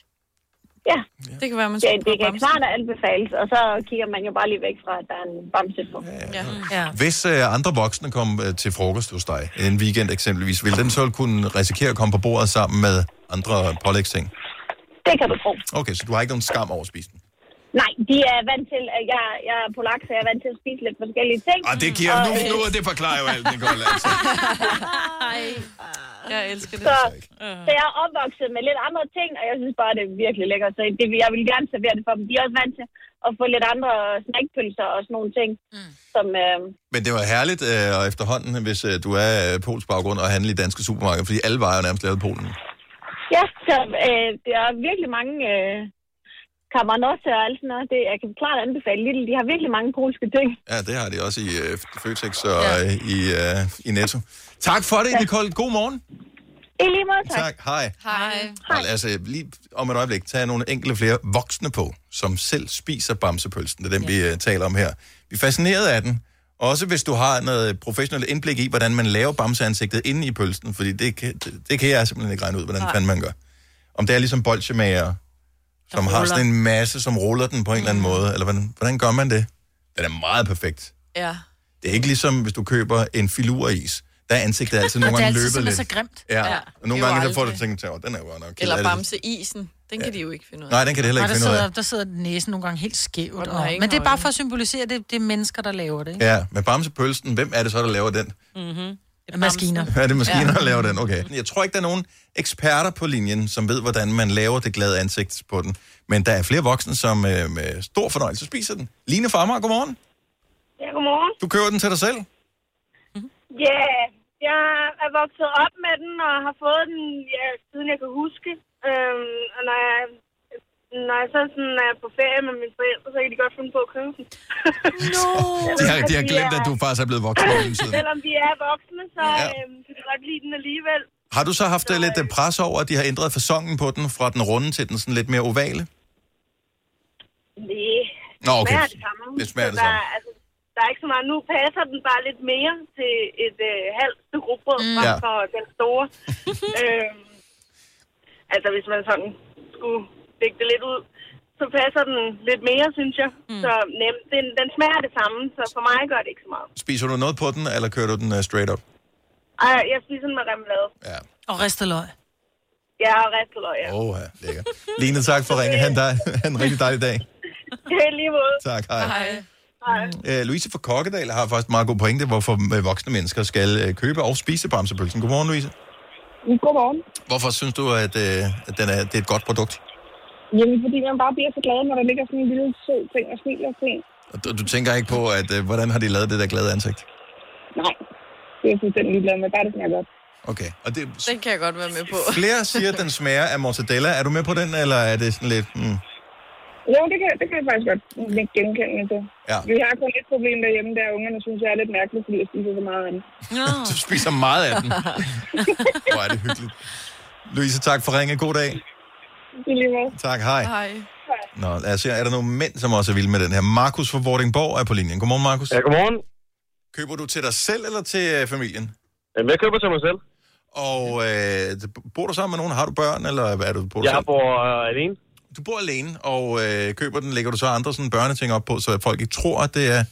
Speaker 19: Ja.
Speaker 3: Det kan være, man
Speaker 19: Det,
Speaker 3: skulle
Speaker 19: det
Speaker 3: prøve
Speaker 19: kan
Speaker 3: bamsen.
Speaker 19: klart anbefales, og så kigger man jo bare lige væk fra, at der er en bamse på.
Speaker 3: Ja.
Speaker 4: ja.
Speaker 1: Hvis øh, andre voksne kom øh, til frokost hos dig, en weekend eksempelvis, ville den så kunne risikere at komme på bordet sammen med andre pålægsting?
Speaker 19: Det kan du tro.
Speaker 1: Okay, så du har ikke nogen skam over at spise den?
Speaker 19: Nej, de er vant til, at jeg, jeg er polak, så jeg er vant til at spise lidt forskellige ting.
Speaker 1: Ah, det giver
Speaker 19: Og,
Speaker 1: nu,
Speaker 19: øh,
Speaker 1: nu, og det forklarer jo alt, Nicole. Altså.
Speaker 3: Jeg elsker det.
Speaker 19: Så, så jeg er opvokset med lidt andre ting, og jeg synes bare, det er virkelig lækkert. Så det, jeg vil gerne servere det for dem. De er også vant til at få lidt andre snackpølser og sådan nogle ting, mm. som... Øh,
Speaker 1: Men det var herligt øh, og efterhånden, hvis øh, du er øh, polsk baggrund og handler i danske supermarkeder, fordi alle varer er jo nærmest lavet i Polen.
Speaker 19: ja, så øh, der er virkelig mange... Øh, Kammernosse og alt sådan noget. Det, jeg kan klart anbefale Lille. De har virkelig mange polske ting.
Speaker 1: Ja, det har de også i øh, Føtex og øh, i, øh, i Netto. Tak for det, Nicole. God morgen.
Speaker 19: I lige måde, tak.
Speaker 1: Tak. Hej.
Speaker 3: Hej.
Speaker 1: Og lad os øh, lige om et øjeblik tage nogle enkelte flere voksne på, som selv spiser bamsepølsen. Det er den, vi øh, taler om her. Vi er fascineret af den. Også hvis du har noget professionelt indblik i, hvordan man laver bamseansigtet inde i pølsen, fordi det kan, det, det kan jeg simpelthen ikke regne ud, hvordan
Speaker 20: Nej.
Speaker 1: fanden man gør. Om det er ligesom bolsjemager, som har sådan en masse, som ruller den på en eller anden måde, eller hvordan, hvordan gør man det? Den er meget perfekt.
Speaker 3: Ja.
Speaker 1: Det er ikke ligesom, hvis du køber en filuris. Der er ansigtet altid nogle
Speaker 3: Og det er
Speaker 1: gange
Speaker 3: altid
Speaker 1: løbet lidt.
Speaker 3: simpelthen så grimt.
Speaker 1: Ja.
Speaker 3: Ja.
Speaker 1: ja. Og nogle
Speaker 3: Det er jo
Speaker 1: gange, der får du
Speaker 3: aldrig.
Speaker 1: tænkt, at den er jo nok ked af
Speaker 3: Eller
Speaker 1: det."
Speaker 3: bamseisen. Den kan de jo ikke finde ud af.
Speaker 1: Nej, den kan de heller
Speaker 4: Nej,
Speaker 1: ikke
Speaker 4: der
Speaker 1: finde ud af.
Speaker 4: sidder, der sidder næsen nogle gange helt skævt.
Speaker 3: den har
Speaker 4: Og,
Speaker 3: ingen
Speaker 4: men det er bare for at symbolisere, at det, det er mennesker, der laver det. Ikke?
Speaker 1: Ja, med bamsepølsen, hvem er det så, der laver den?
Speaker 4: Mm-hmm. Maskiner.
Speaker 1: Er det maskiner, ja. der laver den? Okay. Jeg tror ikke, der er nogen eksperter på linjen, som ved, hvordan man laver det glade ansigt på den. Men der er flere voksne, som øh, med stor fornøjelse spiser den. Line fra Amager, godmorgen.
Speaker 19: Ja, godmorgen.
Speaker 1: Du køber den til dig selv?
Speaker 19: Ja, yeah. jeg er vokset op med den og har fået den, ja, siden jeg kan huske. Øhm, og når jeg, Når jeg så sådan er på ferie med mine forældre, så kan de godt finde på at købe den. no.
Speaker 1: De har, de har glemt, at du faktisk er blevet voksen i mellemtiden.
Speaker 19: Selvom vi er voksne, så
Speaker 1: Ja.
Speaker 19: ja. øhm, kan de godt lide den alligevel.
Speaker 1: Har du så haft øh, lidt øh, pres over, at de har ændret fasongen på den fra den runde til den sådan lidt mere ovale?
Speaker 19: Nej.
Speaker 1: Nå, okay.
Speaker 19: Det smager det samme.
Speaker 1: Det smager det
Speaker 19: Så
Speaker 1: samme.
Speaker 19: Der, altså, der er ikke så meget. Nu passer den bare lidt mere til et øh, halvt stykke rugbrød mm. frem
Speaker 1: Ja.
Speaker 19: for den store. øhm, altså, hvis man sådan skulle lægge det lidt ud, så passer den lidt mere, synes jeg. Mm. Så nem, den, den smager det samme, så for mig gør det ikke så meget.
Speaker 1: Spiser du noget på den, eller kører du den uh, straight up?
Speaker 19: Ej, jeg spiser den med remoulade.
Speaker 1: Ja.
Speaker 4: Og ristet løg.
Speaker 19: Ja, og risteløg, ja.
Speaker 1: Åh, oh, ja, lækker. Line, tak for ringen. Han dig. Ha' en rigtig dejlig dag.
Speaker 19: Det er lige måde.
Speaker 1: Tak, hej.
Speaker 19: Hej.
Speaker 1: Uh, Louise fra Kokkedal har faktisk meget god pointe, hvorfor øh, voksne mennesker skal uh, købe og spise bamsepølsen. Godmorgen, Louise.
Speaker 20: Godmorgen.
Speaker 1: Hvorfor synes du, at, uh, at den er, det er et godt produkt?
Speaker 20: Jamen, fordi man bare bliver så glad, når der ligger sådan en lille sød ting og smiler til en.
Speaker 1: Og Du, du tænker ikke på, at uh, hvordan har de lavet det der glade ansigt?
Speaker 20: Nej, det er jeg fuldstændig ligeglad med. Bare det smager godt.
Speaker 1: Okay. Og det,
Speaker 3: Den kan jeg godt være med på.
Speaker 1: flere siger, at den smager af mortadella. Er du med på den, eller er det sådan lidt... Mm,
Speaker 20: Jo, det kan, det kan jeg faktisk godt lidt genkende til.
Speaker 1: Ja.
Speaker 20: Vi har kun et problem derhjemme, der er ungerne synes, jeg er lidt mærkelig, fordi jeg spiser så meget af det.
Speaker 1: du spiser meget af den. Hvor er det hyggeligt. Louise, tak for ringen. God dag.
Speaker 20: I lige måde.
Speaker 1: Tak, hej. Nå, lad os se, er der nogle mænd, som også er vilde med den her? Markus fra Vordingborg er på linjen. Godmorgen, Markus. Ja,
Speaker 21: godmorgen.
Speaker 1: Køber du til dig selv eller til øh, familien?
Speaker 21: Jamen, jeg køber til mig selv.
Speaker 1: Og øh, bor du sammen med nogen? Har du børn, eller er du bor du
Speaker 21: Jeg
Speaker 1: selv?
Speaker 21: bor øh, alene.
Speaker 1: Du bor alene, og øh, køber den, lægger du så andre sådan børneting op på, så folk ikke tror, at det er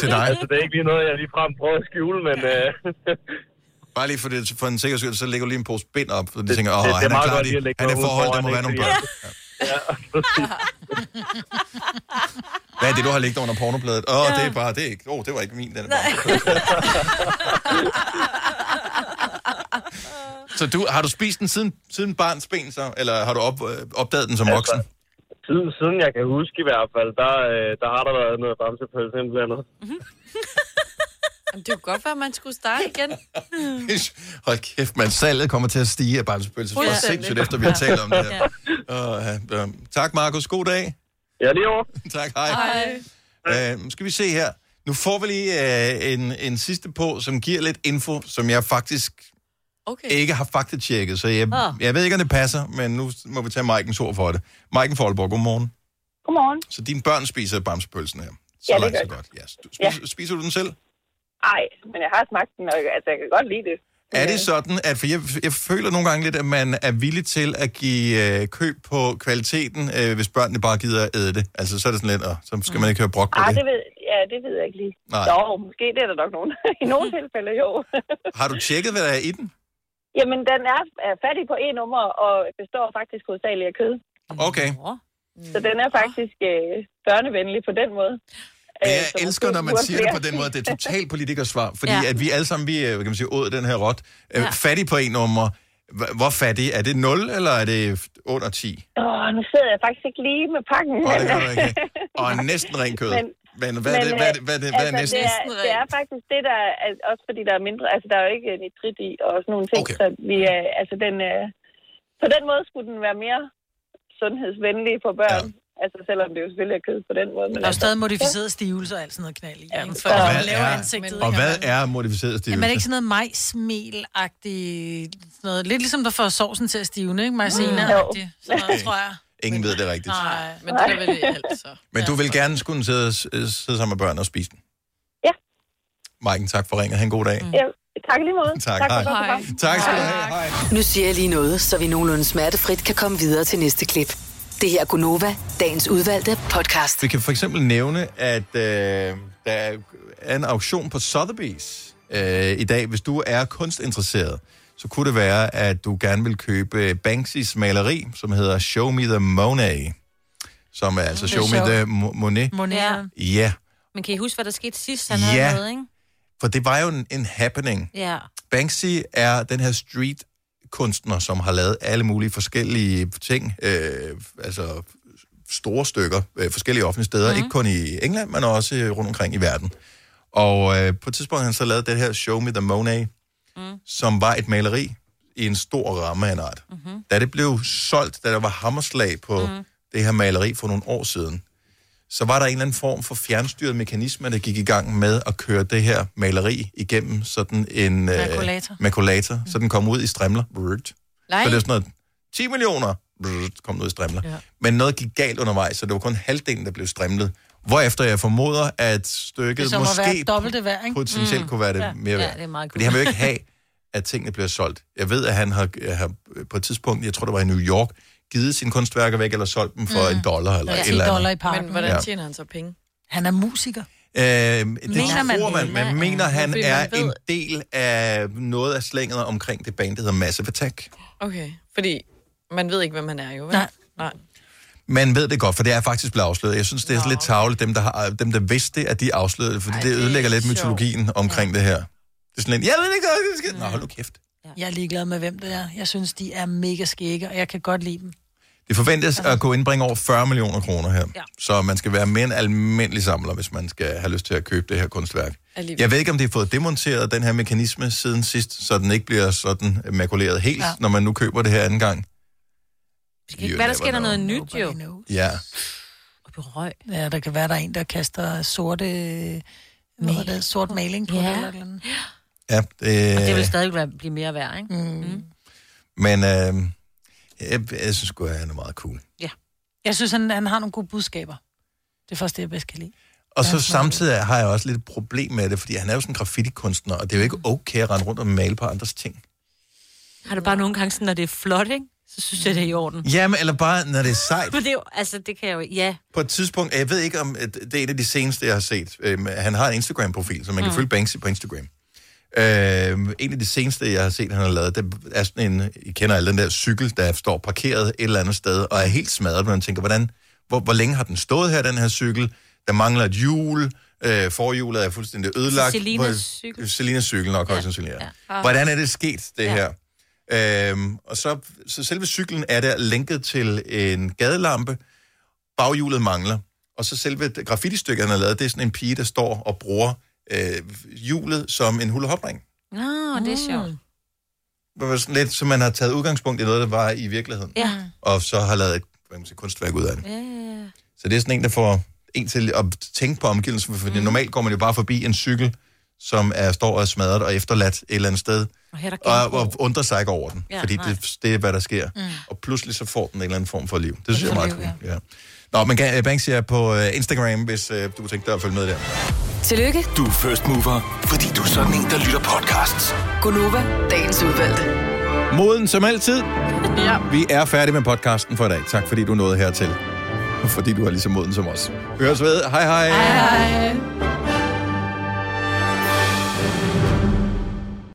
Speaker 1: til dig?
Speaker 21: Altså, det er ikke lige noget, jeg ligefrem prøver at skjule, men øh,
Speaker 1: Bare lige for, det, for en sikker skyld, så lægger du lige en pose bind op, så de
Speaker 21: Det-
Speaker 1: tænker,
Speaker 21: det-
Speaker 1: åh,
Speaker 21: det er
Speaker 1: han er
Speaker 21: meget
Speaker 1: klar,
Speaker 21: godt
Speaker 1: de,
Speaker 21: lige at lægge
Speaker 1: han er
Speaker 21: noget ud
Speaker 1: forhold, der
Speaker 21: foran,
Speaker 1: må være
Speaker 21: ikke?
Speaker 1: nogle børn. Hvad er det, du har lægget under pornobladet? Åh,
Speaker 21: Ja.
Speaker 1: det er bare, det er ikke, åh, det var ikke min, den er Så du, har du spist den siden, siden barns ben så, eller har du op, øh, opdaget den som voksen?
Speaker 21: Altså, siden, siden jeg kan huske i hvert fald, der, øh, der har der været noget bamsepølse indblandet.
Speaker 3: Jamen, det kunne godt være, at man skulle starte igen.
Speaker 1: Hold kæft, man salget kommer til at stige af bamsepølser. Det er
Speaker 3: Fuldstændig.
Speaker 1: sindssygt, efter vi har talt om det her. Og, øh, øh, tak, Markus. God dag.
Speaker 21: Ja, lige over.
Speaker 1: tak, hej. hej. Øh, skal vi se her. Nu får vi lige øh, en, en sidste på, som giver lidt info, som jeg faktisk
Speaker 3: okay.
Speaker 1: ikke har faktatjekket. Så jeg,
Speaker 20: Ah.
Speaker 1: jeg ved ikke, om det passer, men nu må vi tage Maikens ord for det. Maiken Folborg, godmorgen.
Speaker 20: Godmorgen.
Speaker 1: Så dine børn spiser bamsepølsen her. Så
Speaker 20: Ja, det
Speaker 1: langt,
Speaker 20: gør
Speaker 1: så
Speaker 20: de.
Speaker 1: godt. Yes. Du, spiser, ja. spiser du den selv?
Speaker 20: Ej, men jeg har smagt den, og jeg- altså, jeg kan godt lide det.
Speaker 1: Er det sådan, at for jeg, jeg føler nogle gange lidt, at man er villig til at give øh, køb på kvaliteten, øh, hvis børnene bare gider at æde det? Altså, så er det sådan lidt, og så skal man ikke høre brok på
Speaker 20: Ej,
Speaker 1: det.
Speaker 20: Ah, det ved, ja, det ved jeg ikke lige.
Speaker 1: Nej.
Speaker 20: Jo, måske det er der nok nogen. I nogle tilfælde, jo.
Speaker 1: Har du tjekket, hvad der er i den?
Speaker 20: Jamen, den er, er fattig på en nummer, og består faktisk hovedsageligt af kød.
Speaker 1: Okay. Mm.
Speaker 20: Så den er faktisk øh, børnevenlig på den måde.
Speaker 1: Men
Speaker 20: Øh,
Speaker 1: jeg
Speaker 20: så
Speaker 1: elsker,
Speaker 20: måske
Speaker 1: når man
Speaker 20: burde
Speaker 1: siger det
Speaker 20: flere-
Speaker 1: på den måde. Det er totalt politikers svar, fordi
Speaker 20: Ja.
Speaker 1: at vi alle sammen, vi øh, kan man sige, åd den her rot. Øh,
Speaker 20: Ja.
Speaker 1: Fattig på en nummer. Hv- Hvor fattig? Er det 0, eller er det under 10?
Speaker 20: Åh, nu sidder jeg faktisk ikke lige med pakken.
Speaker 1: Åh, det
Speaker 20: men-
Speaker 1: kan du ikke. Og næsten ren kød. Men,
Speaker 20: Men-
Speaker 1: men hvad, er det,
Speaker 20: Men,
Speaker 1: hvad, er
Speaker 20: øh,
Speaker 1: det, hvad, er det, hvad er
Speaker 20: altså,
Speaker 1: næsten?
Speaker 20: Det er, det er faktisk det, der er, altså, også fordi der er mindre, altså der er jo ikke øh, nitrit i og sådan nogle ting, okay. så vi er, altså den, øh, på den måde skulle den være mere sundhedsvenlig for børn, ja. altså selvom det jo selvfølgelig er kød på den måde. Men
Speaker 4: Der er jo
Speaker 20: altså,
Speaker 4: stadig modificeret stivelse og alt sådan noget knald i. Ja, før
Speaker 1: Og
Speaker 4: man
Speaker 1: hvad
Speaker 4: laver
Speaker 1: er-
Speaker 4: ansigtet.
Speaker 1: Og
Speaker 4: ikke?
Speaker 1: hvad er modificeret stivelse?
Speaker 4: Jamen, er det ikke sådan noget majsmel-agtigt? Sådan noget. Lidt ligesom der får sovsen til at stivne, ikke? Majsena-agtigt. Sådan noget, tror jeg.
Speaker 1: Ingen ved det rigtigt.
Speaker 4: Nej,
Speaker 3: Mm. men det er vel i alt, så.
Speaker 1: Men du vil gerne skulle sidde, øh, sidde sammen med børn og spise den?
Speaker 20: Ja.
Speaker 1: Maiken, tak for ringet. Ha' en god
Speaker 11: Mm.
Speaker 1: dag.
Speaker 20: ja, tak i lige måde.
Speaker 1: Tak, hej. Tak skal du have. Hej.
Speaker 22: Nu siger jeg lige noget, så vi nogenlunde smertefrit kan komme videre til næste klip. Det her er Gunova, dagens udvalgte podcast.
Speaker 1: Vi kan for eksempel nævne, at øh, der er en auktion på Sotheby's øh, i dag. Hvis du er kunstinteresseret, så kunne det være, at du gerne vil købe øh, Banksys maleri, som hedder Show Me the Monet. Som er altså
Speaker 5: Det er
Speaker 1: Show Me
Speaker 5: sjovt.
Speaker 1: the Mo- Monet.
Speaker 5: Ja.
Speaker 1: Ja,
Speaker 5: Men kan I huske, hvad der skete sidst, han
Speaker 1: Ja.
Speaker 5: havde noget, ikke?
Speaker 1: for det var jo en, en happening.
Speaker 5: Ja.
Speaker 1: Banksy er den her street kunstner, som har lavet alle mulige forskellige ting, øh, altså store stykker, øh, forskellige offentlige steder, mm. ikke kun i England, men også øh, rundt omkring i verden. Og øh, på et tidspunkt har han så lavet det her Show Me the Monet, mm. som var et maleri, i en stor ramme af en art. Mm-hmm. Da det blev solgt, da der var hammerslag på mm. det her maleri for nogle år siden, så var der en eller anden form for fjernstyret mekanisme, der gik i gang med at køre det her maleri igennem sådan en... øh,
Speaker 4: Makulator.
Speaker 1: Makulator. Mm. Så den kom ud i strimler. Brrrt.
Speaker 4: Nej.
Speaker 1: Så det er sådan noget, 10 millioner brrrt, kom den ud i strimler. Ja. Men noget gik galt undervejs, så det var kun halvdelen, der blev strimlet. Hvorefter jeg formoder, at stykket
Speaker 4: Det er som måske at være
Speaker 1: måske
Speaker 4: dobbelt det værd, ikke?
Speaker 1: potentielt mm. kunne være det
Speaker 4: ja.
Speaker 1: mere værd.
Speaker 4: Ja, det er meget
Speaker 1: Fordi han vil jo ikke have, at tingene bliver solgt. Jeg ved, at han har, har på et tidspunkt, jeg tror det var i New York, givet sine kunstværker væk eller solgt dem for mm. en dollar eller
Speaker 4: Ja,
Speaker 1: et
Speaker 4: 10
Speaker 1: eller andet.
Speaker 4: dollar i parken.
Speaker 3: Men hvordan
Speaker 1: Ja.
Speaker 3: tjener han så penge?
Speaker 4: Han er musiker.
Speaker 1: Øh, det
Speaker 4: Mener man
Speaker 1: tror
Speaker 4: det?
Speaker 1: man, man
Speaker 4: Ja,
Speaker 1: mener,
Speaker 4: ja.
Speaker 1: han
Speaker 4: Fordi man
Speaker 1: er
Speaker 4: ved-
Speaker 1: en del af noget af slænget omkring det band, der hedder Massive Attack.
Speaker 3: Okay, fordi man ved ikke, hvem han er jo, vel? Nej. Nej.
Speaker 1: Man ved det godt, for det er faktisk blevet afsløret. Jeg synes, det er lidt tavligt, dem der, har, dem, der vidste det, at de afslørede det, fordi Ej, det ødelægger lidt mytologien omkring det her. Det er sådan lidt, jeg ved ikke, hvad det skal... Nå, hold nu kæft.
Speaker 4: Jeg er ligeglad med, hvem det er. Jeg synes, de er mega skægge, og jeg kan godt lide dem.
Speaker 1: Det forventes at kunne indbringe over 40 millioner kroner her. Ja. Så man skal være mere en almindelig samler, hvis man skal have lyst til at købe det her kunstværk.
Speaker 3: Alligevel.
Speaker 1: Jeg ved ikke, om det er fået demonteret, den her mekanisme, siden sidst, så den ikke bliver sådan makuleret helt, ja.
Speaker 5: Ja.
Speaker 1: når man nu køber det her anden gang. You
Speaker 5: Hvad der sker
Speaker 1: never
Speaker 5: der
Speaker 1: know.
Speaker 5: noget nyt, jo?
Speaker 1: Ja.
Speaker 4: Røg. Ja, der kan være, der er en, der kaster sorte... Hvad hedder det? Sort maling på ja. det eller et eller andet.
Speaker 1: ja
Speaker 5: Og det vil
Speaker 1: det,
Speaker 5: stadig være- blive mere værd, ikke? Mm.
Speaker 1: men øh, jeg, jeg synes godt, at han er meget cool.
Speaker 4: Ja. Jeg synes, han, han har nogle gode budskaber. Det er faktisk det, jeg bedst kan lide.
Speaker 1: Og så samtidig har jeg også lidt et problem med det, fordi han er jo sådan en graffitikunstner, og det er jo ikke okay at rende rundt og male på andres ting.
Speaker 5: Har det bare nogle gange sådan, når det er flot, ikke? Så synes jeg, det er i orden.
Speaker 1: Jamen, eller bare, når det er sejt.
Speaker 5: Men det er jo, altså, det kan jeg jo ikke. Ja,
Speaker 1: På et tidspunkt, jeg ved ikke om, at det er en af de seneste, jeg har set. Øhm, han har en Instagram-profil, så man kan
Speaker 5: Mm.
Speaker 1: følge Banksy på Instagram. Øhm, en af de seneste, jeg har set, han har lavet, det er sådan en, I kender alle den der cykel, der står parkeret et eller andet sted, og er helt smadret, men man tænker, hvordan, hvor, hvor længe har den stået her, den her cykel? Der mangler et hjul, øh, forhjulet er fuldstændig ødelagt.
Speaker 5: Selinas
Speaker 1: Hvor-
Speaker 5: cykel.
Speaker 1: Selinas cykel nok, højst sandsynligt. Ja.
Speaker 5: ja.
Speaker 1: Hvordan er det sket, det ja. her? Øhm, og så, så selve cyklen er der lænket til en gadelampe, baghjulet mangler, og så selve det- graffitistykket, han har lavet, det er sådan en pige, der står og bruger øh, hjulet som en hulehopring.
Speaker 5: Nå, det er sjovt.
Speaker 1: Det var sådan lidt, som man har taget udgangspunkt i noget, der var i virkeligheden,
Speaker 5: Ja.
Speaker 1: og så har lavet et hvad kan man sige, kunstværk ud af det.
Speaker 5: Ja, ja, ja.
Speaker 1: Så det er sådan en, der får en til at tænke på omgivelsen, for mm. normalt går man jo bare forbi en cykel, som er, står og er smadret og efterladt et eller andet sted,
Speaker 5: Og her er der
Speaker 1: og,
Speaker 5: genbrug.
Speaker 1: og undrer sig ikke over den, ja,
Speaker 5: Ja,
Speaker 1: fordi
Speaker 5: nej.
Speaker 1: det, det er, hvad der sker. Mm.
Speaker 5: Mm.
Speaker 1: Og pludselig så får den en eller anden form for liv. Det synes jeg er meget
Speaker 6: liv,
Speaker 1: cool. Ja. Nå, men Ga- Banksy er på øh, Instagram, hvis øh, du tænker dig at følge med der.
Speaker 22: Tillykke,
Speaker 6: Du er first mover, fordi du er sådan en, der lytter podcasts.
Speaker 22: Gunova, dagens udvalgte.
Speaker 1: Moden som altid. Ja. Vi er færdige med podcasten for i dag. Tak fordi du nåede hertil. Fordi du har ligesom moden som os. Høres ved. Hej hej. hej, hej.